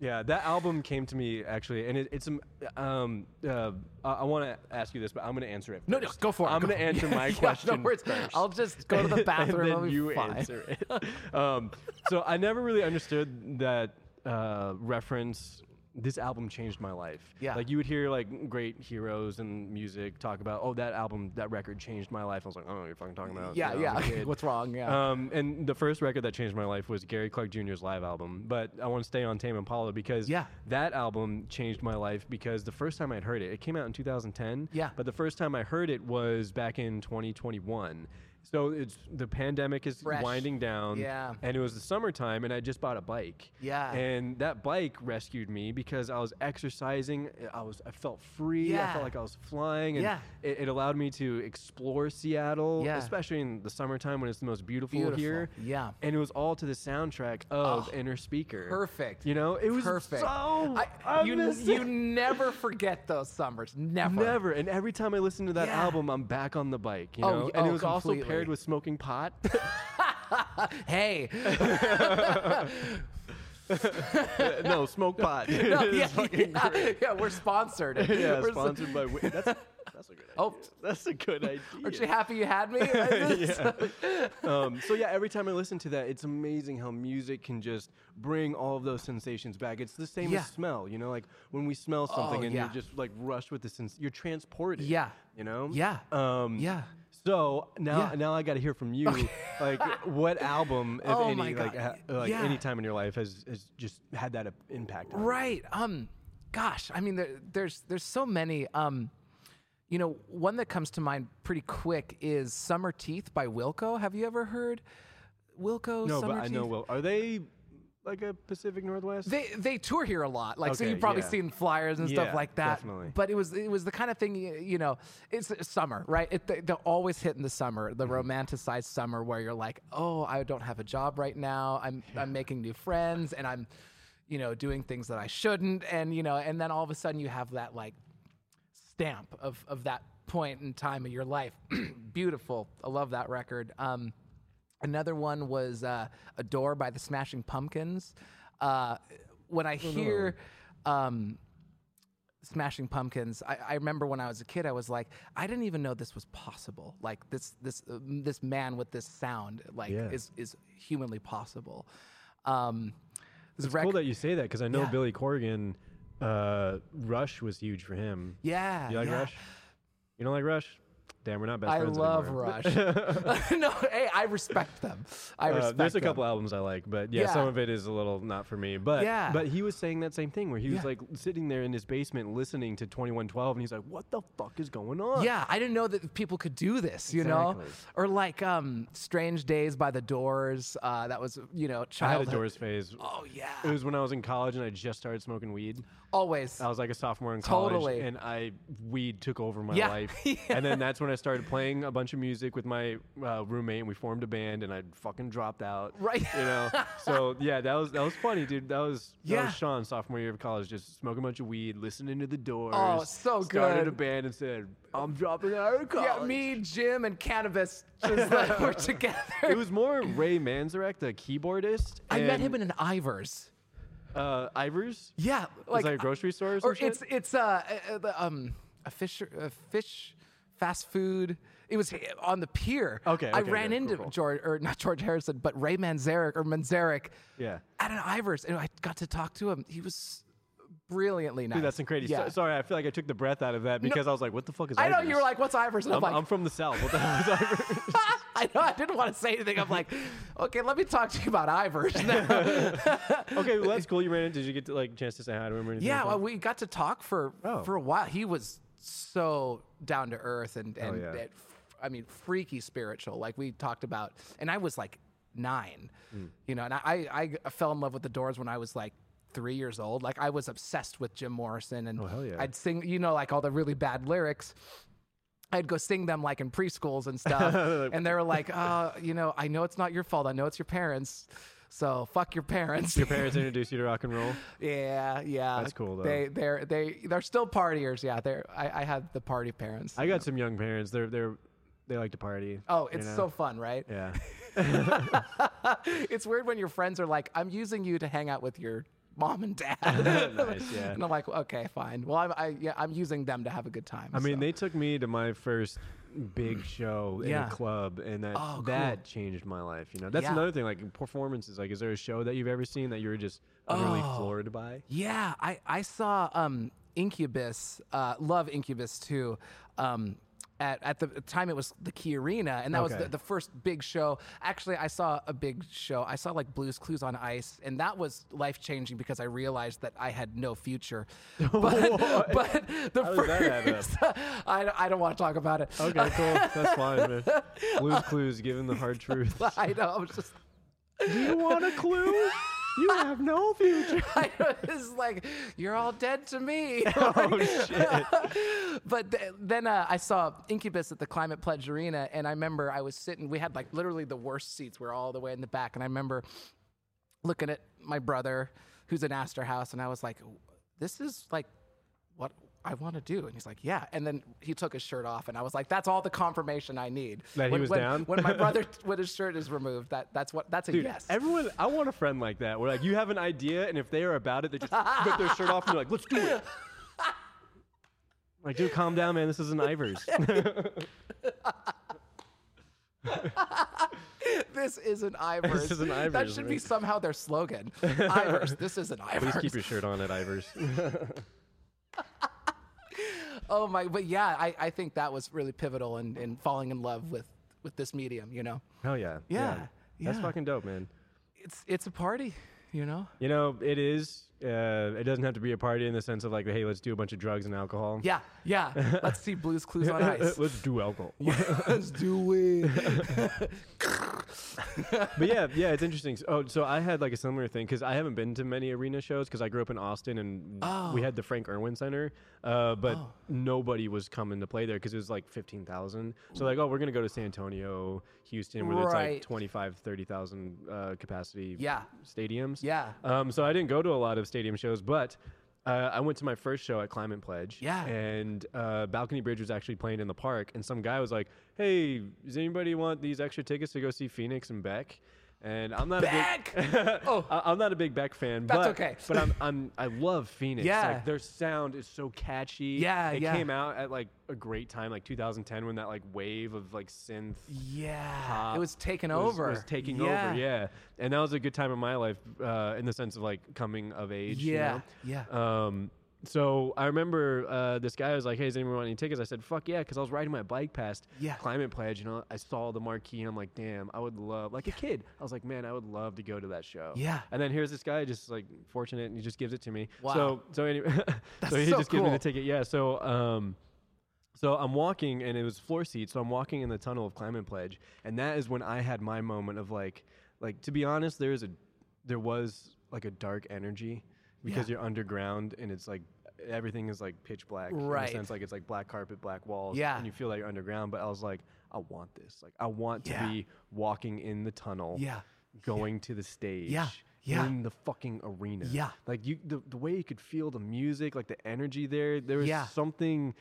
yeah, that album came to me actually, and it, it's um, um uh, I, I want to ask you this, but I'm gonna answer it. No, no, first. go for it. I'm Go- gonna answer my Yeah, no question. worries. first. I'll just go to the bathroom. and then I'll be you fine. answer it. Um, so I never really understood that uh, reference. This album changed my life. Yeah. like you would hear like great heroes and music talk about, oh, that album, that record changed my life. I was like, oh, you're fucking talking about. Yeah, you know, I'm a yeah. kid. What's wrong? Yeah. Um, and the first record that changed my life was Gary Clark Jr.'s live album. But I want to stay on Tame Impala because Yeah. that album changed my life because the first time I'd heard it, it came out in 2010. Yeah. But the first time I heard it was back in 2021. So it's the pandemic is Fresh. winding down. Yeah. And it was the summertime, and I just bought a bike. Yeah. And that bike rescued me because I was exercising. I was I felt free. I Yeah. felt like I was flying. And Yeah. it, it allowed me to explore Seattle, Yeah. especially in the summertime when it's the most beautiful people Beautiful. here. Yeah. Ah, And it was all to the soundtrack of Inner Speaker. Perfect. You know, it was perfect. so. I- I, you, miss you it. never forget those summers. Never. Never. And every time I listen to that Yeah. album, I'm back on the bike. You Oh, know? y- and oh, it was also completely. paired with smoking pot. Hey. no, smoke pot. No, It was yeah, fucking yeah, great. yeah, we're sponsored. Yeah, We're so- sponsored by. Wi- That's, that's a good idea. Oh. that's a good idea. Aren't you happy you had me? yeah. um, so yeah, every time I listen to that, it's amazing how music can just bring all of those sensations back. It's the same Yeah. as smell, you know, like when we smell something Oh, and yeah. you're just like rushed with the sense, you're transported. Yeah. you know. Yeah. Um, Yeah. So now, Yeah. now I got to hear from you. like, what album, if Oh my any, like, ha, God. like Yeah. any time in your life has, has just had that uh, impact? on you? Right. Um, gosh, I mean, there, there's there's so many. Um, you know, one that comes to mind pretty quick is "Summer Teeth" by Wilco. Have you ever heard Wilco? No, Summer but I Teeth? know. Well, are they like a Pacific Northwest? They they tour here a lot, like so Okay, you've probably yeah. seen flyers and Yeah, stuff like that. definitely. But it was it was the kind of thing y- you know. It's summer, right? It, they, they're always hitting the summer, the Mm-hmm. romanticized summer, where you're like, oh, I don't have a job right now. I'm I'm making new friends, and I'm, you know, doing things that I shouldn't, and you know, and then all of a sudden you have that like stamp of of that point in time of your life. Beautiful. I love that record. Um, another one was uh, "Adore" by the Smashing Pumpkins. Uh, when I Oh, hear um, Smashing Pumpkins, I, I remember when I was a kid, I was like, I didn't even know this was possible. Like this this um, this man with this sound, like Yeah. is is humanly possible. Um, this It's cool record- that you say that because I know Yeah. Billy Corgan, uh, Rush was huge for him. yeah, You like yeah. Rush? You don't like Rush? Damn, we're not best I friends love anymore. Rush. no, hey, I respect them. I Uh, respect. there's a them. couple albums I like, but yeah, Yeah. some of it is a little not for me. But Yeah. but he was saying that same thing where he was Yeah. like sitting there in his basement listening to 2112, and he's like, "What the fuck is going on?" Yeah, I didn't know that people could do this, you know? Exactly. Or like um, Strange Days by the Doors. Uh, that was, you know, I had a childhood. Doors phase. Oh, yeah. It was when I was in college and I just started smoking weed. Always. I was like a sophomore in college, Totally. and I weed took over my Yeah. life. Yeah. And then that's when I started playing a bunch of music with my uh, roommate, and we formed a band, and I fucking dropped out. Right. You know. so yeah, that was that was funny, dude. That was that Yeah. was Sean sophomore year of college, just smoking a bunch of weed, listening to the Doors. Oh, so Started good. a band and said, "I'm dropping out of college." yeah, me, Jim, and Cannabis just like, were together. It was more Ray Manzarek, the keyboardist. I met and, him in an Ivers. uh, Ivers. Yeah. Like, Like, that a grocery store or, some or shit? it's, it's uh, uh, uh, the, um, a fish, a fish fast food. It was on the pier. Okay, I okay, ran yeah, into cool, cool. George, or not George Harrison, but Ray Manzarek or Manzarek. yeah. at an Ivers, and I got to talk to him. He was brilliantly nice. Dude, that's incredible. So- Yeah. sorry, I feel like I took the breath out of that because I was like, "What the fuck is?" I know you Ivers? were like, "What's Ivers?" And I'm, I'm, like, I'm from the south. What the hell is Ivers? I know I didn't want to say anything. I'm like, okay, let me talk to you about Ivers now. okay, well that's cool. You ran in. Did you get to, like a chance to say hi to him or anything? yeah, like well, that? we got to talk for Oh. for a while. He was so down to earth and and, Oh, yeah. and I mean, freaky spiritual. Like we talked about, and I was like nine, Hmm. you know, and I, I I fell in love with the Doors when I was like three years old. Like I was obsessed with Jim Morrison, and Oh, hell yeah. I'd sing, you know, like all the really bad lyrics. I'd go sing them like in preschools and stuff. and they were like, oh, you know, I know it's not your fault. I know it's your parents. So fuck your parents. your parents introduced you to rock and roll. Yeah, yeah. That's cool, though. They they're they they're still partiers, yeah. They're I, I had the party parents. I got some young parents. They're they're they like to party. oh, you it's know? so fun, right? yeah. It's weird when your friends are like, I'm using you to hang out with your mom and dad. nice, yeah. And I'm like, okay, fine. Well I'm I yeah, I'm using them to have a good time. I mean, they took me to my first big show in Yeah. a club, and that Oh, that changed my life. You know, that's Yeah. another thing. Like performances. Like, is there a show that you've ever seen that you were just utterly Oh. floored by? Yeah, I, I saw um, Incubus, uh, love Incubus too. Um, at, at the time, it was the Key Arena, and that Okay. was the, the first big show. Actually, I saw a big show. I saw like Blues Clues on Ice, and that was life changing because I realized that I had no future. But, but the How does that add up? first, I, don't- I don't want to talk about it. Okay, cool. that's fine, man. Blues Clues, given the hard truth. I know. I'm just. Do you want a clue? You have no future. I was like, "You're all dead to me." Oh shit. but th- then uh, I saw Incubus at the Climate Pledge Arena, and I remember I was sitting. We had like literally the worst seats. We were all the way in the back, and I remember looking at my brother, who's in Astor House, and I was like, "This is like what." I want to do, and he's like, "Yeah." And then he took his shirt off, and I was like, "That's all the confirmation I need." That he when, was when- down? when my brother, when his shirt is removed, that that's what that's a Dude, yes. everyone, I want a friend like that. Where like you have an idea, and if they are about it, they just rip their shirt off and they're like, "Let's do it." Like, dude, calm down, man. This isn't Ivers. This is an Ivers. This is an That Ivers, should right? be somehow their slogan. Ivers. This is an Ivers. Please keep your shirt on at Ivers. oh my but yeah i, I think that was really pivotal in, in falling in love with with this medium you know Hell yeah. Yeah, That's yeah. fucking dope, man. it's it's a party you know You know, it is. Uh, it doesn't have to be a party in the sense of like, hey, let's do a bunch of drugs and alcohol. yeah yeah let's see blues clues on ice let's do alcohol. let's do it but yeah, yeah, it's interesting. S- Oh, so I had like a similar thing because I haven't been to many arena shows because I grew up in Austin and Oh. we had the Frank Irwin Center, uh, but nobody was coming to play there because it was like fifteen thousand. So like, oh, we're gonna go to San Antonio, Houston, where there's like Right. 25, 30,000 uh, capacity Yeah. stadiums. Yeah. Um, so I didn't go to a lot of stadium shows, but. Uh, I went to my first show at Climate Pledge. Yeah. And uh, Balcony Bridge was actually playing in the park, and some guy was like, "Hey, does anybody want these extra tickets to go see Phoenix and Beck?" And I'm not Beck! a big, Oh. I- I'm not a big Beck fan. That's but, okay. but I'm, I'm I love Phoenix. Yeah. Like, their sound is so catchy. Yeah, It yeah. came out at like a great time, like 2010, when that like wave of like synth. yeah pop it was taken was- over Was taking over, yeah. And that was a good time in my life, uh, in the sense of like coming of age. you Yeah, know? yeah. Um, so I remember uh, this guy was like, "Hey, does anyone want any tickets?" I said, "Fuck yeah!" Because I was riding my bike past Yeah. Climate Pledge, and I- I saw the marquee, and I'm like, "Damn, I would love." Like a kid, I was like, "Man, I would love to go to that show." Yeah. And then here's this guy, just like fortunate, and he just gives it to me. Wow. So so anyway, so he so just gives me the cool. ticket. Yeah. So um, so I'm walking, and it was floor seats. So I'm walking in the tunnel of Climate Pledge, and that is when I had my moment of like, like to be honest, there is a, there was like a dark energy because you're underground and it's like everything is like pitch black. In Right. a sense, like it's like black carpet, black walls. Yeah. And you feel like you're underground. But I was like, I want this. Like I want to Yeah. be walking in the tunnel. Yeah. Going to the stage. Yeah. In the fucking arena. Yeah. Like you, the, the way you could feel the music, like the energy there. There was Yeah. something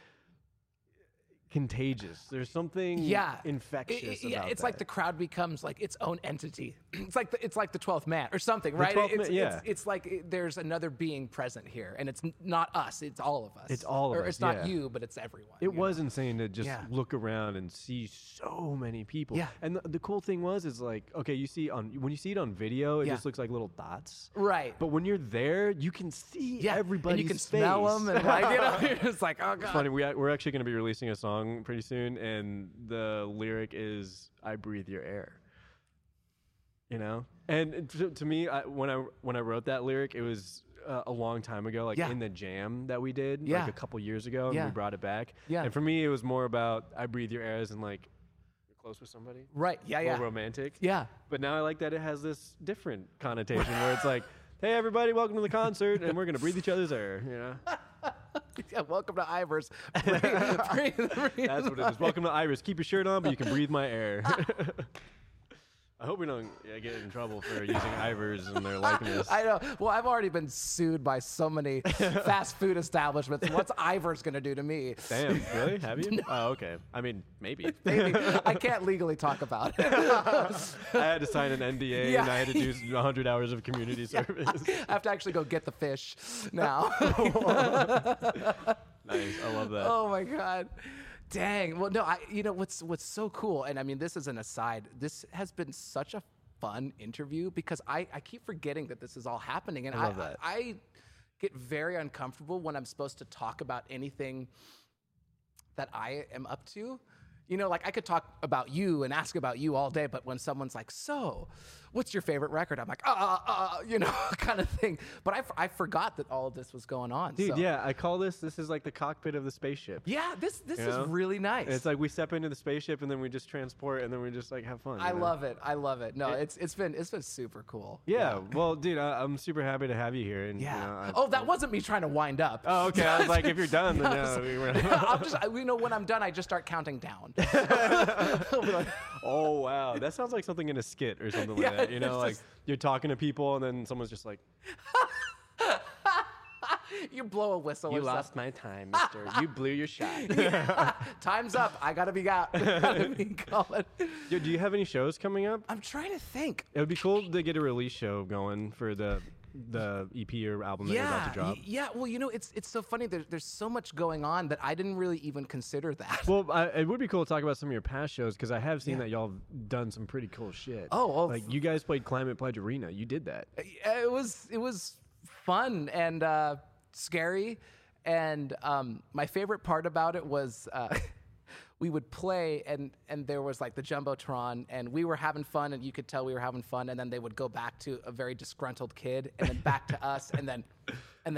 contagious. There's something yeah I- I- infectious. yeah about it's like the that. crowd becomes like its own entity it's like the, it's like the 12th man or something right 12th it's, man, yeah. it's, it's like it- there's another being present here and it's n- not us it's all of us It's all of or us, it's not yeah. you but it's everyone you It know? was insane to just Yeah. look around and see so many people. Yeah. And the, the cool thing was is like, okay, you see on when you see it on video, it Yeah. just looks like little dots. Right. But when you're there, you can see yeah everybody's and you can face. smell them and like you know you're just like oh It's god funny. We, we're actually going to be releasing a song pretty soon, and the lyric is "I breathe your air." You know, and to, to me, I, when I when I wrote that lyric, it was uh, a long time ago, like Yeah. in the jam that we did, Yeah. like a couple years ago, and Yeah. we brought it back. Yeah. And for me, it was more about "I breathe your air" as in like you're close with somebody, right yeah more yeah romantic. yeah But now I like that it has this different connotation where it's like, "Hey, everybody, welcome to the concert, and we're gonna breathe each other's air." You know. yeah welcome to ivers Breathe- breathe- breathe. That's what it is. Welcome to Iris. Keep your shirt on, but you can breathe my air. I hope we don't yeah, get in trouble for using Ivers in their likeness. I know. Well, I've already been sued by so many fast food establishments. What's Ivers going to do to me? Damn, really? Have you? Oh, okay. I mean, maybe. Maybe. I can't legally talk about it. I had to sign an NDA and Yeah. I had to do 100 hours of community service. I have to actually go get the fish now. nice. I love that. oh my god. Dang. Well, no, I you know what's what's so cool and I mean this is an aside. This has been such a fun interview because I I keep forgetting that this is all happening and I love that. I, I get very uncomfortable when I'm supposed to talk about anything that I am up to. You know, like I could talk about you and ask about you all day, but when someone's like, "So, what's your favorite record?" I'm like, "Uh, uh, uh," you know, kind of thing. But I, f- I forgot that all of this was going on. Dude, so. yeah, I call this, this is like the cockpit of the spaceship. Yeah, this this You know? is really nice. It's like we step into the spaceship and then we just transport and then we just like have fun. I you know? love it. I love it. No, it's it's been it's been super cool. Yeah, well, dude, I, I'm super happy to have you here. And, you Yeah. know, I- oh, that wasn't me trying to wind up. Oh, okay. I was like, if you're done, then yeah, we were. I'm just, I, you know, when I'm done, I just start counting down. Oh wow, that sounds like something in a skit or something like Yeah, that. You know, it's like just- you're talking to people and then someone's just like, you blow a whistle. or my time, Mister. you blew your shot." something. Time's up. I gotta be out. gotta be going. Dude, do you have any shows coming up? I'm trying to think. It would be cool to get a release show going for the the EP or album that you're about to y- drop. yeah. Well, you know, it's it's so funny. There's there's so much going on that I didn't really even consider that. Well, I, it would be cool to talk about some of your past shows because I have seen Yeah. that y'all have done some pretty cool shit. Oh, well, like you guys played Climate Pledge Arena. You did that. it was it was fun and uh, scary And um, my favorite part about it was uh, we would play, and and there was like the jumbotron, and we were having fun, and you could tell we were having fun, and then they would go back to a very disgruntled kid, and then back to us, and then, and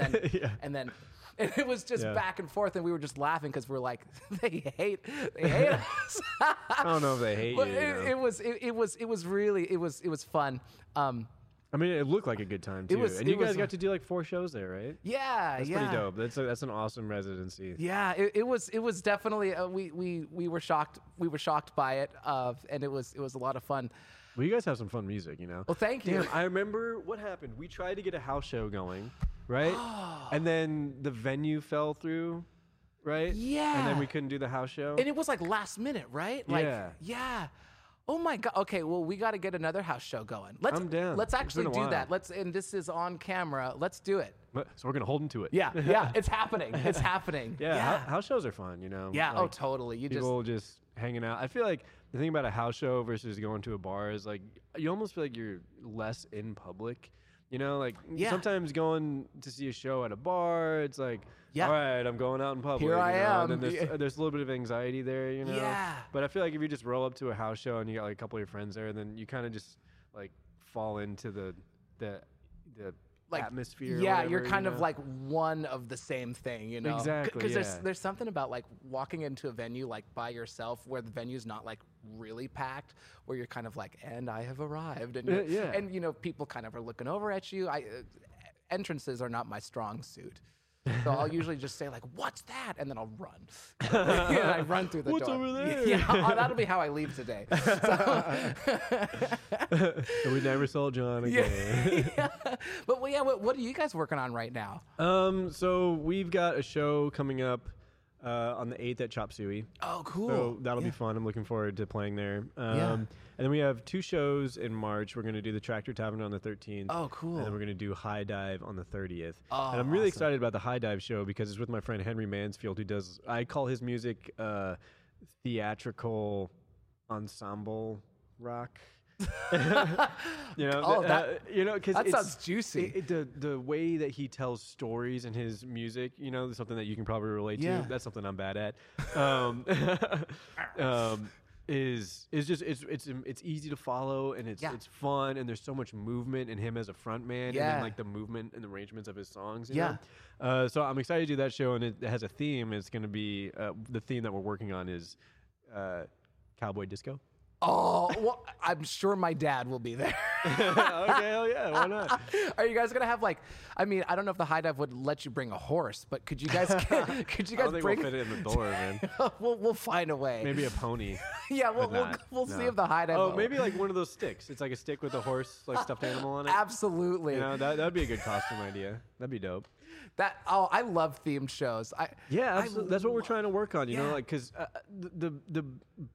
then, and then. And it was just Yeah. back and forth, and we were just laughing because we were like, "They hate, they hate us." I don't know if they hate but you. it, you know. it was, it, it was, it was really, it was, it was fun. Um, I mean, it looked like a good time too. was- and you it guys was- got to do like four shows there, right? yeah, That's yeah, pretty dope. That's a, that's an awesome residency. Yeah, it, it was it was definitely uh, we we we were shocked we were shocked by it, uh, and it was it was a lot of fun. Well, you guys have some fun music, you know. Well, Oh, thank you. Damn, I remember what happened. We tried to get a house show going, right? and then the venue fell through, right? And Yeah. then we couldn't do the house show. And it was like last minute, right? Like Yeah. yeah. Oh my god. Okay, well we got to get another house show going. Let's I'm down. let's It's actually been a do while. that. Let's and this is on camera. Let's do it. But- so we're gonna hold them to it. Yeah. Yeah, it's happening. It's happening. Yeah, Yeah. hou- house shows are fun, you know. Yeah, oh, Like, totally. You just People just hanging out. I feel like the thing about a house show versus going to a bar is like you almost feel like you're less in public. You know, like Yeah. sometimes going to see a show at a bar, it's like, Yeah. all right, I'm going out in public. Here you I know, am. And then Yeah. there's, there's a little bit of anxiety there, you know. Yeah. But I feel like if you just roll up to a house show and you got like a couple of your friends there, then you kind of just like fall into the the the like atmosphere. or Yeah, whatever, you're you kind of know? like one of the same thing, you know. Exactly, Because there's yeah. there's something about like walking into a venue like by yourself where the venue's not like really packed, where you're kind of like, and I have arrived, and you're- yeah. and you know people kind of are looking over at you. I uh, entrances are not my strong suit. So I'll usually just say like, "What's that?" and then I'll run. and I run through the What's door. over Yeah, there? Yeah, that'll be how I leave today. So- And we never saw John again. yeah. But well, yeah, what, what are you guys working on right now? Um, so we've got a show coming up uh, on the eighth at Chop Suey. Oh, cool. So that'll be fun. I'm looking forward to playing there. Um, Yeah. And then we have two shows in March. We're going to do the Tractor Tavern on the 13th. Oh, cool. And then we're going to do High Dive on the 30th. Oh, and I'm really awesome. excited about the High Dive show because it's with my friend Henry Mansfield, who does, I call his music uh, theatrical ensemble rock. you know, Oh, th- that- uh, you know, 'cause that it's- sounds juicy. it- it- the the way that he tells stories in his music, you know, something that you can probably relate Yeah. to. That's something I'm bad at. Um, um, is is just it's it's it's easy to follow and it's Yeah. it's fun and there's so much movement in him as a front man and Yeah. then like the movement and the arrangements of his songs. you Yeah. know? Uh, so I'm excited to do that show and it has a theme. It's going to be uh, the theme that we're working on is uh, cowboy disco. Oh, well, I'm sure my dad will be there. okay, hell yeah, why not? Are you guys gonna have like? I mean, I don't know if the high dive would let you bring a horse, but could you guys? could you I guys don't think bring? we'll fit it in the door, man. we'll we'll find a way. Maybe a pony. yeah, we'll But we'll, not. we'll see No. if the high dive. Oh, will- maybe like one of those sticks. It's like a stick with a horse, like stuffed animal on it. Absolutely. You know, that that'd be a good costume idea. That'd be dope. That oh, I love themed shows. I Yeah, I absolutely. That's what we're lo- trying to work on. You Yeah. know, like because uh, the, the the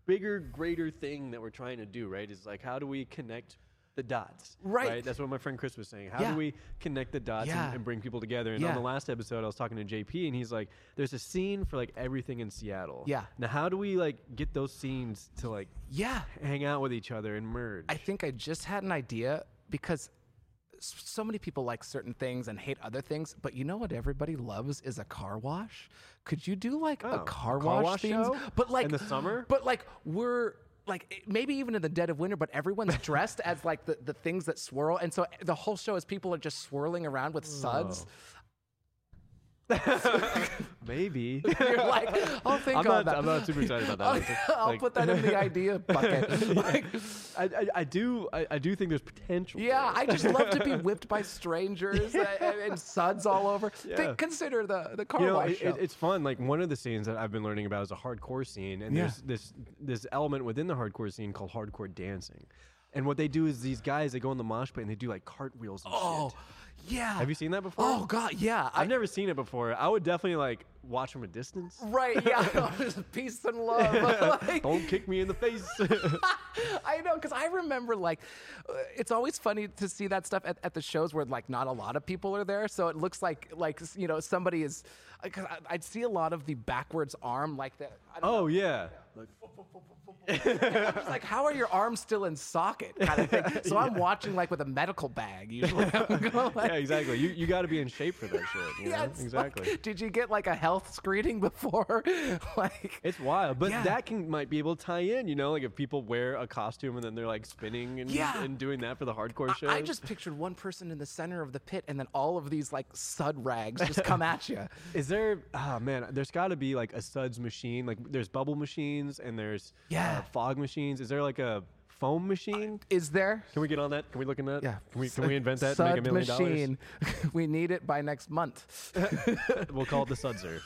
bigger, greater thing that we're trying to do, right, is like how do we connect the dots? Right. That's what my friend Chris was saying. How Yeah. do we connect the dots Yeah. and, and bring people together? And Yeah. on the last episode, I was talking to JP, and he's like, "There's a scene for like everything in Seattle. Yeah. Now, how do we like get those scenes to like Yeah, hang out with each other and merge? I think I just had an idea because s- so many people like certain things and hate other things, but you know what everybody loves is a car wash. Could you do like Oh, a car wash, car wash themed- show? But like In the summer? But like we're like i- maybe even in the dead of winter, but everyone's dressed as like the, the things that swirl, and so the whole show is people are just swirling around with suds. Maybe. You're like, I'll think I'm on not, that. I'm not super excited about that. I'll, honestly. I'll Like, put that in the idea bucket. Like, I, I, I do I, I do think there's potential. Yeah, there. I just love to be whipped by strangers and, and suds all over. Think- Yeah. consider the the car You know, wash it, show. it, it's fun. Like one of the scenes that I've been learning about is a hardcore scene, and Yeah. there's this this element within the hardcore scene called hardcore dancing. And what they do is these guys they go in the mosh pit and they do like cartwheels and oh, shit. yeah. Have you seen that before? Oh God, yeah. I, I've never seen it before. I would definitely like watch from a distance. right, yeah. Peace and love. Like, Don't kick me in the face. I know, because I remember like, uh, it's always funny to see that stuff at, at the shows where like not a lot of people are there, so it looks like like you know somebody is like, I- I'd see a lot of the backwards arm like that. I don't Oh yeah. know, it's like, how are your arms still in socket kind of thing? So I'm watching like with a medical bag usually. I'm going, like, Yeah, exactly. You you got to be in shape for that shit. You know? yeah, it's like, exactly. did you get like a health screening before? like, It's wild, but Yeah. that can might be able to tie in, you know, like if people wear a costume and then they're like spinning and, Yeah. and doing that for the hardcore shows. I just pictured one person in the center of the pit, and then all of these like sud rags just come at you. is there ah man, there's got to be like a suds machine, like there's bubble machines and there's uh, Yeah. fog machines. Is there like a foam machine? Is there? Can we get on that? Can we look in that? Yeah. Can we can we invent that? Sud and Make a million machine. we need it by next month. dollars. We'll call it the Sudzer.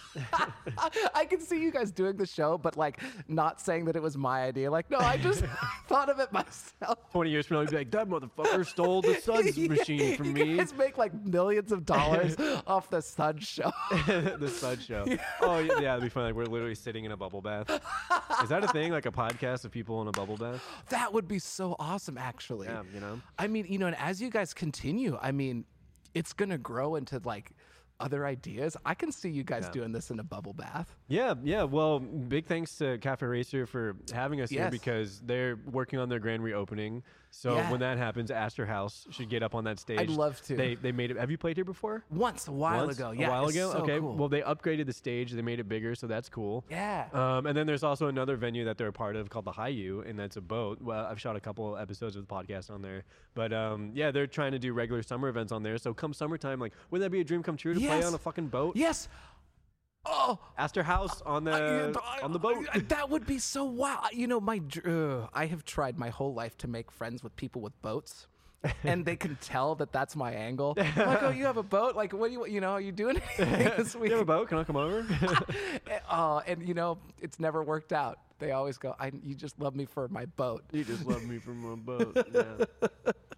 I can see you guys doing the show, but like not saying that it was my idea. Like, no, I just thought of it myself. Twenty years from now, we'll be like that motherfucker stole the suds machine from you me. guys make like millions of dollars off the Sud show. the Sud Show. Oh yeah, yeah, it'd be fun. Like we're literally sitting in a bubble bath. Is that a thing? Like a podcast of people in a bubble bath? That would be so awesome, actually. Yeah, you know? I mean, you know, and as you guys continue, I mean, it's gonna grow into like other ideas. I can see you guys doing this in a bubble bath. Yeah, yeah. Well, big thanks to Cafe Racer for having us here Yes. because they're working on their grand reopening. So Yeah. when that happens, Astor House should get up on that stage. love to. They they made it. Have you played here before? Once a while Once? ago, yeah, a while it's ago. so okay. cool. Well, they upgraded the stage. They made it bigger, so that's cool. Yeah. Um, and then there's also another venue that they're a part of called the High U, and that's a boat. Well, I've shot a couple episodes of the podcast on there. But um, yeah, they're trying to do regular summer events on there. So come summertime, like, wouldn't that be a dream come true to play Yes. on a fucking boat? yes. Oh, Astor House on the I- uh, on the boat. I- that would be so wild. You know, my dr- ugh, I have tried my whole life to make friends with people with boats. and they can tell that that's my angle. I'm like, oh, you have a boat? Like, what do you, you know, are you doing anything this you week? have a boat? Can I come over? uh, and you know, it's never worked out. They always go, I, you just love me for my boat. you just love me from my boat. Yeah.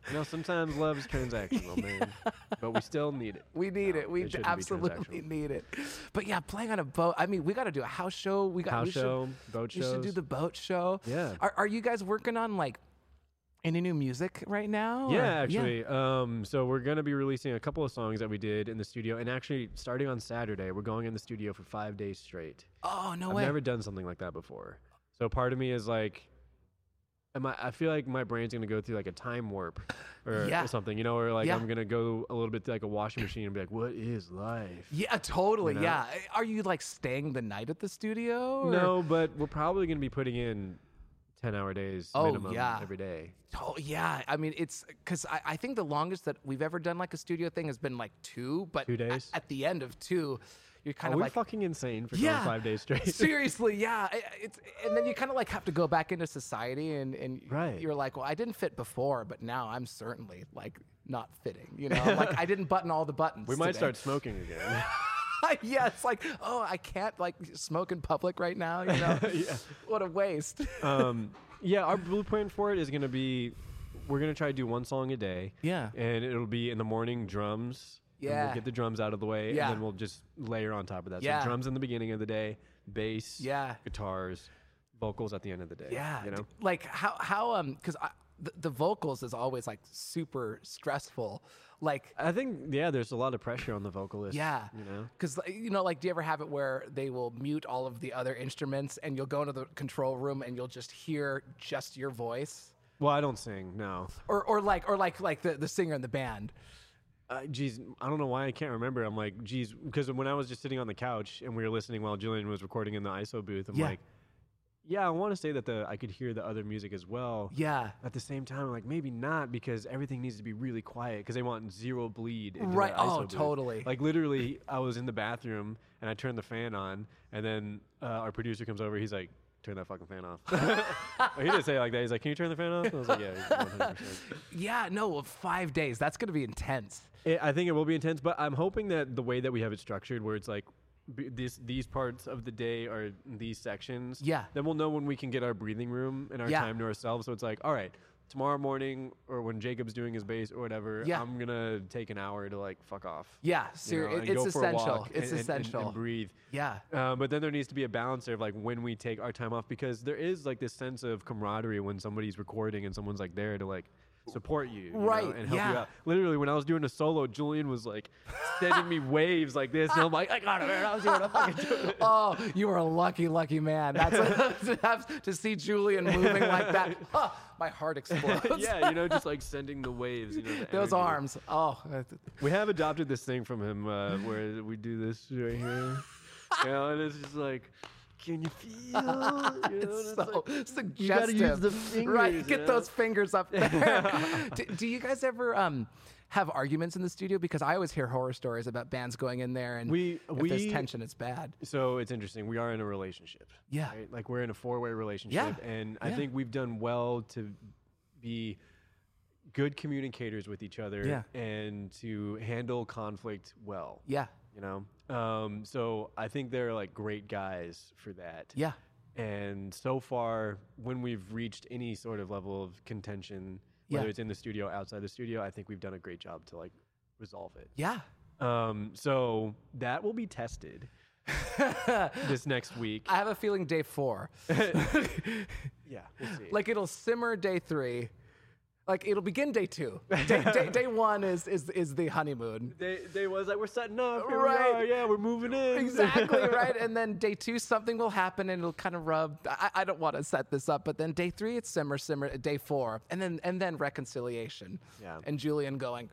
You know, sometimes love is transactional, man. But we still need it. We need No, it. We it shouldn't be absolutely transactional. need it. But yeah, playing on a boat. I mean, we got to do a house show. We got House we show, should, boat We should do shows. the boat show. Yeah. Are, are you guys working on like any new music right now? or- Yeah, actually. Um, so we're gonna be releasing a couple of songs that we did in the studio, and actually starting on Saturday, we're going in the studio for five days straight. Oh no I've way. never done something like that before. So part of me is like, am I? I feel like my brain's gonna go through like a time warp, or, or Yeah. something, you know, or like Yeah. I'm gonna go a little bit through like a washing machine and be like, what is life? yeah, totally. You know? Yeah. Are you like staying the night at the studio? or- No, but we're probably gonna be putting in ten hour days Oh, minimum yeah. every day. Oh yeah, I mean it's because I, I think the longest that we've ever done like a studio thing has been like two, but Two a- days? At, the end of two, you're kind Are of we like fucking insane for yeah, going five days straight? seriously, yeah. I- I- It's and then you kind of like have to go back into society and and Right. you're like, well, I didn't fit before, but now I'm certainly like not fitting. You know, I'm like I didn't button all the buttons. we might today. start smoking again. yeah, it's like oh, I can't like smoke in public right now. You know, what a waste. um, yeah, our blueprint for it is going to be we're going to try to do one song a day. Yeah. And it'll be in the morning drums. and Yeah. We'll get the drums out of the way. Yeah. And then we'll just layer on top of that. Yeah. So drums in the beginning of the day, bass, Yeah. guitars, vocals at the end of the day. Yeah. You d- know? Like how how um because the, the vocals is always like super stressful. Like I think, yeah, there's a lot of pressure on the vocalist. yeah, You know? because you know, like, do you ever have it where they will mute all of the other instruments and you'll go into the control room and you'll just hear just your voice, Well, I don't sing, no. or or like or like like the, the singer in the band. Uh, geez, I don't know why I can't remember. I'm like, geez, because when I was just sitting on the couch and we were listening while Jillian was recording in the ISO booth, I'm Yeah. like, yeah, I want to say that the I could hear the other music as well. Yeah. At the same time, I'm like, maybe not because everything needs to be really quiet because they want zero bleed. into Right. the ISO Oh, booth. totally. Like literally, I was in the bathroom and I turned the fan on, and then uh, our producer comes over. He's like, "Turn that fucking fan off." he didn't say it like that. He's like, "Can you turn the fan off?" And I was like, "Yeah." 100%." Yeah. No, well, five days. That's gonna be intense. It, I think it will be intense, but I'm hoping that the way that we have it structured, where it's like b- these these parts of the day are these sections. Yeah. Then we'll know when we can get our breathing room and our Yeah. time to ourselves. So it's like, all right, tomorrow morning or when Jacob's doing his bass or whatever, Yeah. I'm gonna take an hour to like fuck off. you Yeah. know, Ser- it- and it's go for a walk essential. and- It's and- and- essential. and breathe. Yeah. Um, but then there needs to be a balancer of like when we take our time off because there is like this sense of camaraderie when somebody's recording and someone's like there to like support you, you know, Right, and help you yeah. out. Literally, when I was doing a solo, Julian was like sending me waves like this, and I'm like, I got it, man. I was doing, I fucking doing it. Oh, you are a lucky, lucky man. That's to, have, to see Julian moving like that. Huh, my heart explodes. yeah, you know, just like sending the waves. You know, the Those energy. arms. Oh, We have adopted this thing from him uh, where we do this right here, you know, and it's just like. Can you feel? You know, and it's it's so like- suggestive. you gotta use the Right, fingers, get you know? those fingers up there. do, do you guys ever um, have arguments in the studio? Because I always hear horror stories about bands going in there and We- if there's we- tension, it's bad. So it's interesting. We are in a relationship. Yeah. Right? Like we're in a four way relationship. Yeah. And I Yeah. think we've done well to be good communicators with each other Yeah. and to handle conflict well. Yeah, You know? Um, so I think they're like great guys for that. yeah, And so far, when we've reached any sort of level of contention, whether Yeah. it's in the studio, outside the studio, I think we've done a great job to like resolve it. yeah. Um, so that will be tested this next week. I have a feeling day four. yeah, we'll see. like it'll simmer day three like it'll begin day two day, day, day one is, is is the honeymoon they, they was like, we're setting up. Here Right. We are. Yeah, we're moving in. exactly right and then day two something will happen and it'll kind of rub i, I don't want to set this up but then day three it's simmer simmer uh, day four and then and then reconciliation Yeah. and julian going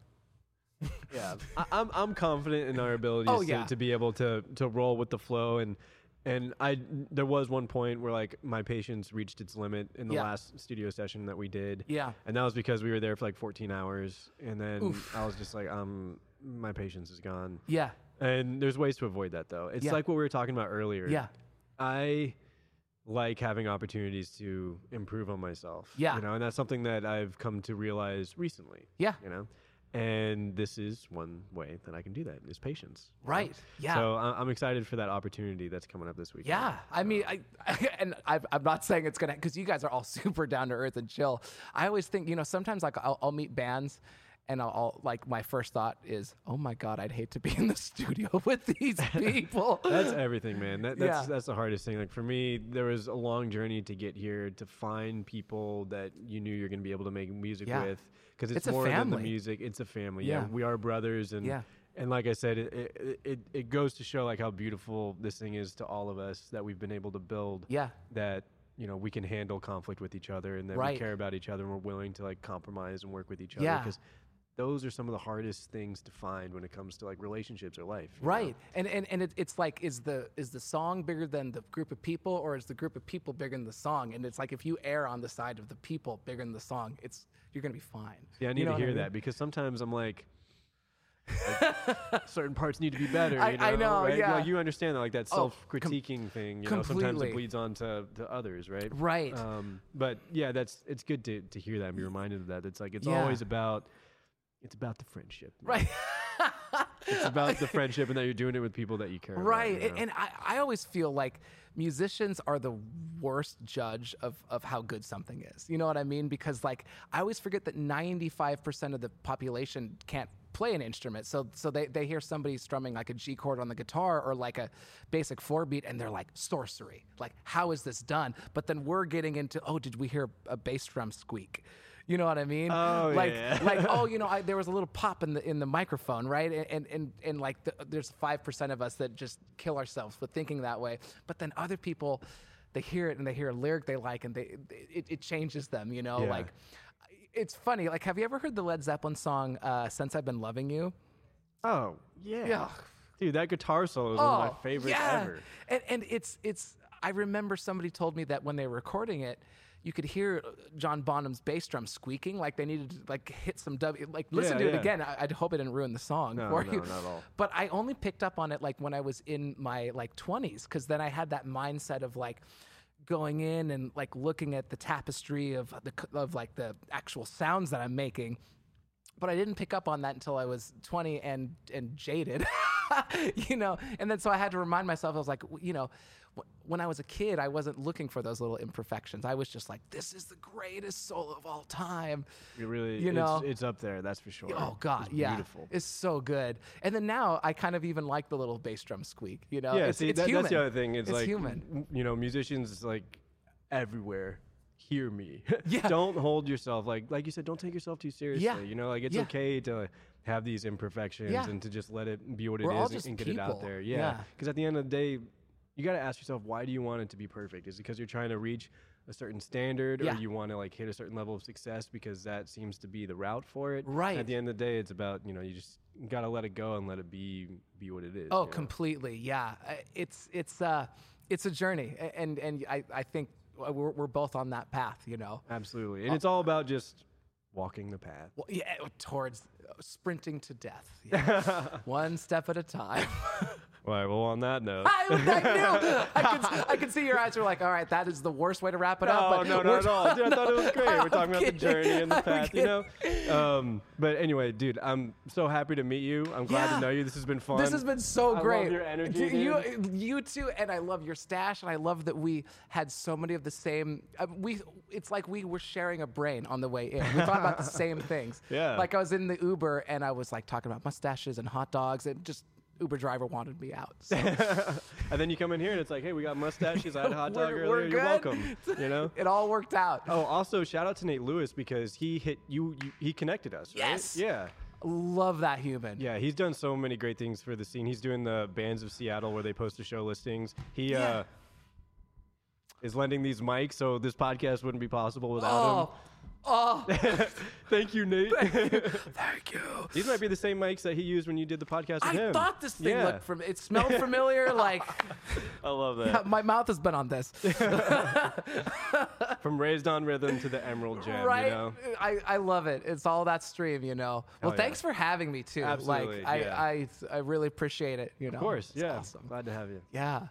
yeah, I, I'm I'm confident in our abilities Oh, to, yeah. to be able to to roll with the flow and. And I, there was one point where like my patience reached its limit in the Yeah. last studio session that we did. Yeah. and that was because we were there for like 14 hours, and then I was just like, um, my patience is gone. yeah And there's ways to avoid that though. It's Yeah. like what we were talking about earlier. Yeah. I like having opportunities to improve on myself. Yeah. You know, and that's something that I've come to realize recently. Yeah. You know? And this is one way that I can do that is patience. you know? Right. Yeah. So I- I'm excited for that opportunity that's coming up this week. Yeah, I mean, I, and I've, I'm not saying it's gonna because you guys are all super down to earth and chill. I always think, you know, sometimes like I'll, I'll meet bands, and I'll, I'll like my first thought is, oh my god, I'd hate to be in the studio with these people. That's everything, man. That, that's Yeah. that's the hardest thing. Like for me, there was a long journey to get here to find people that you knew you're going to be able to make music Yeah. with because it's, It's a more than the family. music. It's a family. Yeah, Yeah. we are brothers, and Yeah. and like I said, it, it it it goes to show like how beautiful this thing is to all of us that we've been able to build. Yeah. that. You know, we can handle conflict with each other, and that Right. we care about each other, and we're willing to like compromise and work with each other. Yeah. Because those are some of the hardest things to find when it comes to like relationships or life. you know? Right, and and and it, it's like, is the is the song bigger than the group of people, or is the group of people bigger than the song? And it's like if you err on the side of the people bigger than the song, it's you're gonna be fine. Yeah, I You need know to what I hear mean? that because sometimes I'm like, like, certain parts need to be better. I- you know, I know, right? yeah. Like, you understand that, like that Oh, self-critiquing thing. You know, sometimes completely. it bleeds on to, to others, right? Right. Um, but yeah, that's it's good to, to hear that and be reminded of that. It's like it's Yeah. always about it's about the friendship, man. Right. It's about the friendship and that you're doing it with people that you care right about. you and, know? and I, I always feel like musicians are the worst judge of, of how good something is you know what i mean because like i always forget that 95% of the population can't play an instrument so so they, they hear somebody strumming like a g chord on the guitar or like a basic four beat and they're like sorcery like how is this done but then we're getting into oh did we hear a bass drum squeak you know what i mean Oh, like yeah. like oh you know I, there was a little pop in the in the microphone right and and and, and like the, there's five percent of us that just kill ourselves with thinking that way but then other people they hear it and they hear a lyric they like and they it, it changes them you know Yeah. like it's funny like have you ever heard the led zeppelin song uh, since i've been loving you oh yeah. Yeah. Oh, dude, that guitar solo is one of my favorites yeah. ever. And, and it's it's. I remember somebody told me that when they were recording it, you could hear uh, John Bonham's bass drum squeaking, like they needed to like hit some W. Like listen Yeah, to it yeah. again. I, I hope it didn't ruin the song No, for no, you. not at all. But I only picked up on it like when I was in my like 20s, because then I had that mindset of like going in and like looking at the tapestry of the c- of like the actual sounds that I'm making but I didn't pick up on that until I was 20 and and jaded, you know. And then so I had to remind myself. I was like, w- you know, wh- when I was a kid, I wasn't looking for those little imperfections. I was just like, this is the greatest solo of all time. It really, You it's, know. it's up there. That's for sure. Oh God, it's yeah, beautiful. it's so good. And then now I kind of even like the little bass drum squeak. You know, Yeah, it's, see, it's that, human. that's the other thing. It's, like human. m- You know, musicians like everywhere hear me. Yeah. don't hold yourself like like you said. Don't take yourself too seriously. You know, like it's Yeah. okay to have these imperfections Yeah. and to just let it be what it is We're all and- just and get it out people. there. Yeah. Yeah. Because at the end of the day, you got to ask yourself why do you want it to be perfect? Is it because you're trying to reach a certain standard, Yeah. or you want to like hit a certain level of success because that seems to be the route for it? Right. At the end of the day, it's about you know you just got to let it go and let it be be what it is. Oh, you know? completely. Yeah, I- it's it's uh, it's a journey, a- and and I I think uh, we're we're both on that path. You know. absolutely. And it's all about just walking the path. Well, yeah, oh, towards uh, sprinting to death, Yeah. one step at a time. All right. Well, on that note. I, I knew. I could, I could see your eyes were like, "All right, that is the worst way to wrap it up." No, but no, we're- not at all. Dude, I thought it was great. We're talking about the kidding. journey and the I'm path, you know? Um, but anyway, dude, I'm so happy to meet you. I'm glad Yeah. to know you. This has been fun. This has been I so love great. your energy, Dude, You, you too, and I love your stash, and I love that we had so many of the same. Uh, we, it's like we were sharing a brain on the way in. We thought about the same things. Yeah. Like I was in the Uber, and I was like talking about mustaches and hot dogs, and just Uber driver wanted me out. So. and then you come in here and it's like, hey, we got mustaches. I had a hot dog We're- earlier. we're You're good. welcome. You know? it all worked out. Oh, also shout out to Nate Lewis because he hit you. you he connected us, right? Yes. Yeah. Love that human. Yeah, he's done so many great things for the scene. He's doing the bands of Seattle where they post the show listings. He Yeah. uh, is lending these mics, so this podcast wouldn't be possible without Oh, oh, him. Thank you, Nate. thank you. These might be the same mics that he used when you did the podcast with I him. thought this thing Yeah. looked from. It smelled familiar. like I love that. my mouth has been on this. From Raised on Rhythm to the Emerald Gem, right? you know? I, I love it. It's all that stream, you know. Well, yeah. thanks for having me too. Absolutely, like I, yeah. I I really appreciate it, you know. Of course, It's yeah. Awesome. Glad to have you. Yeah.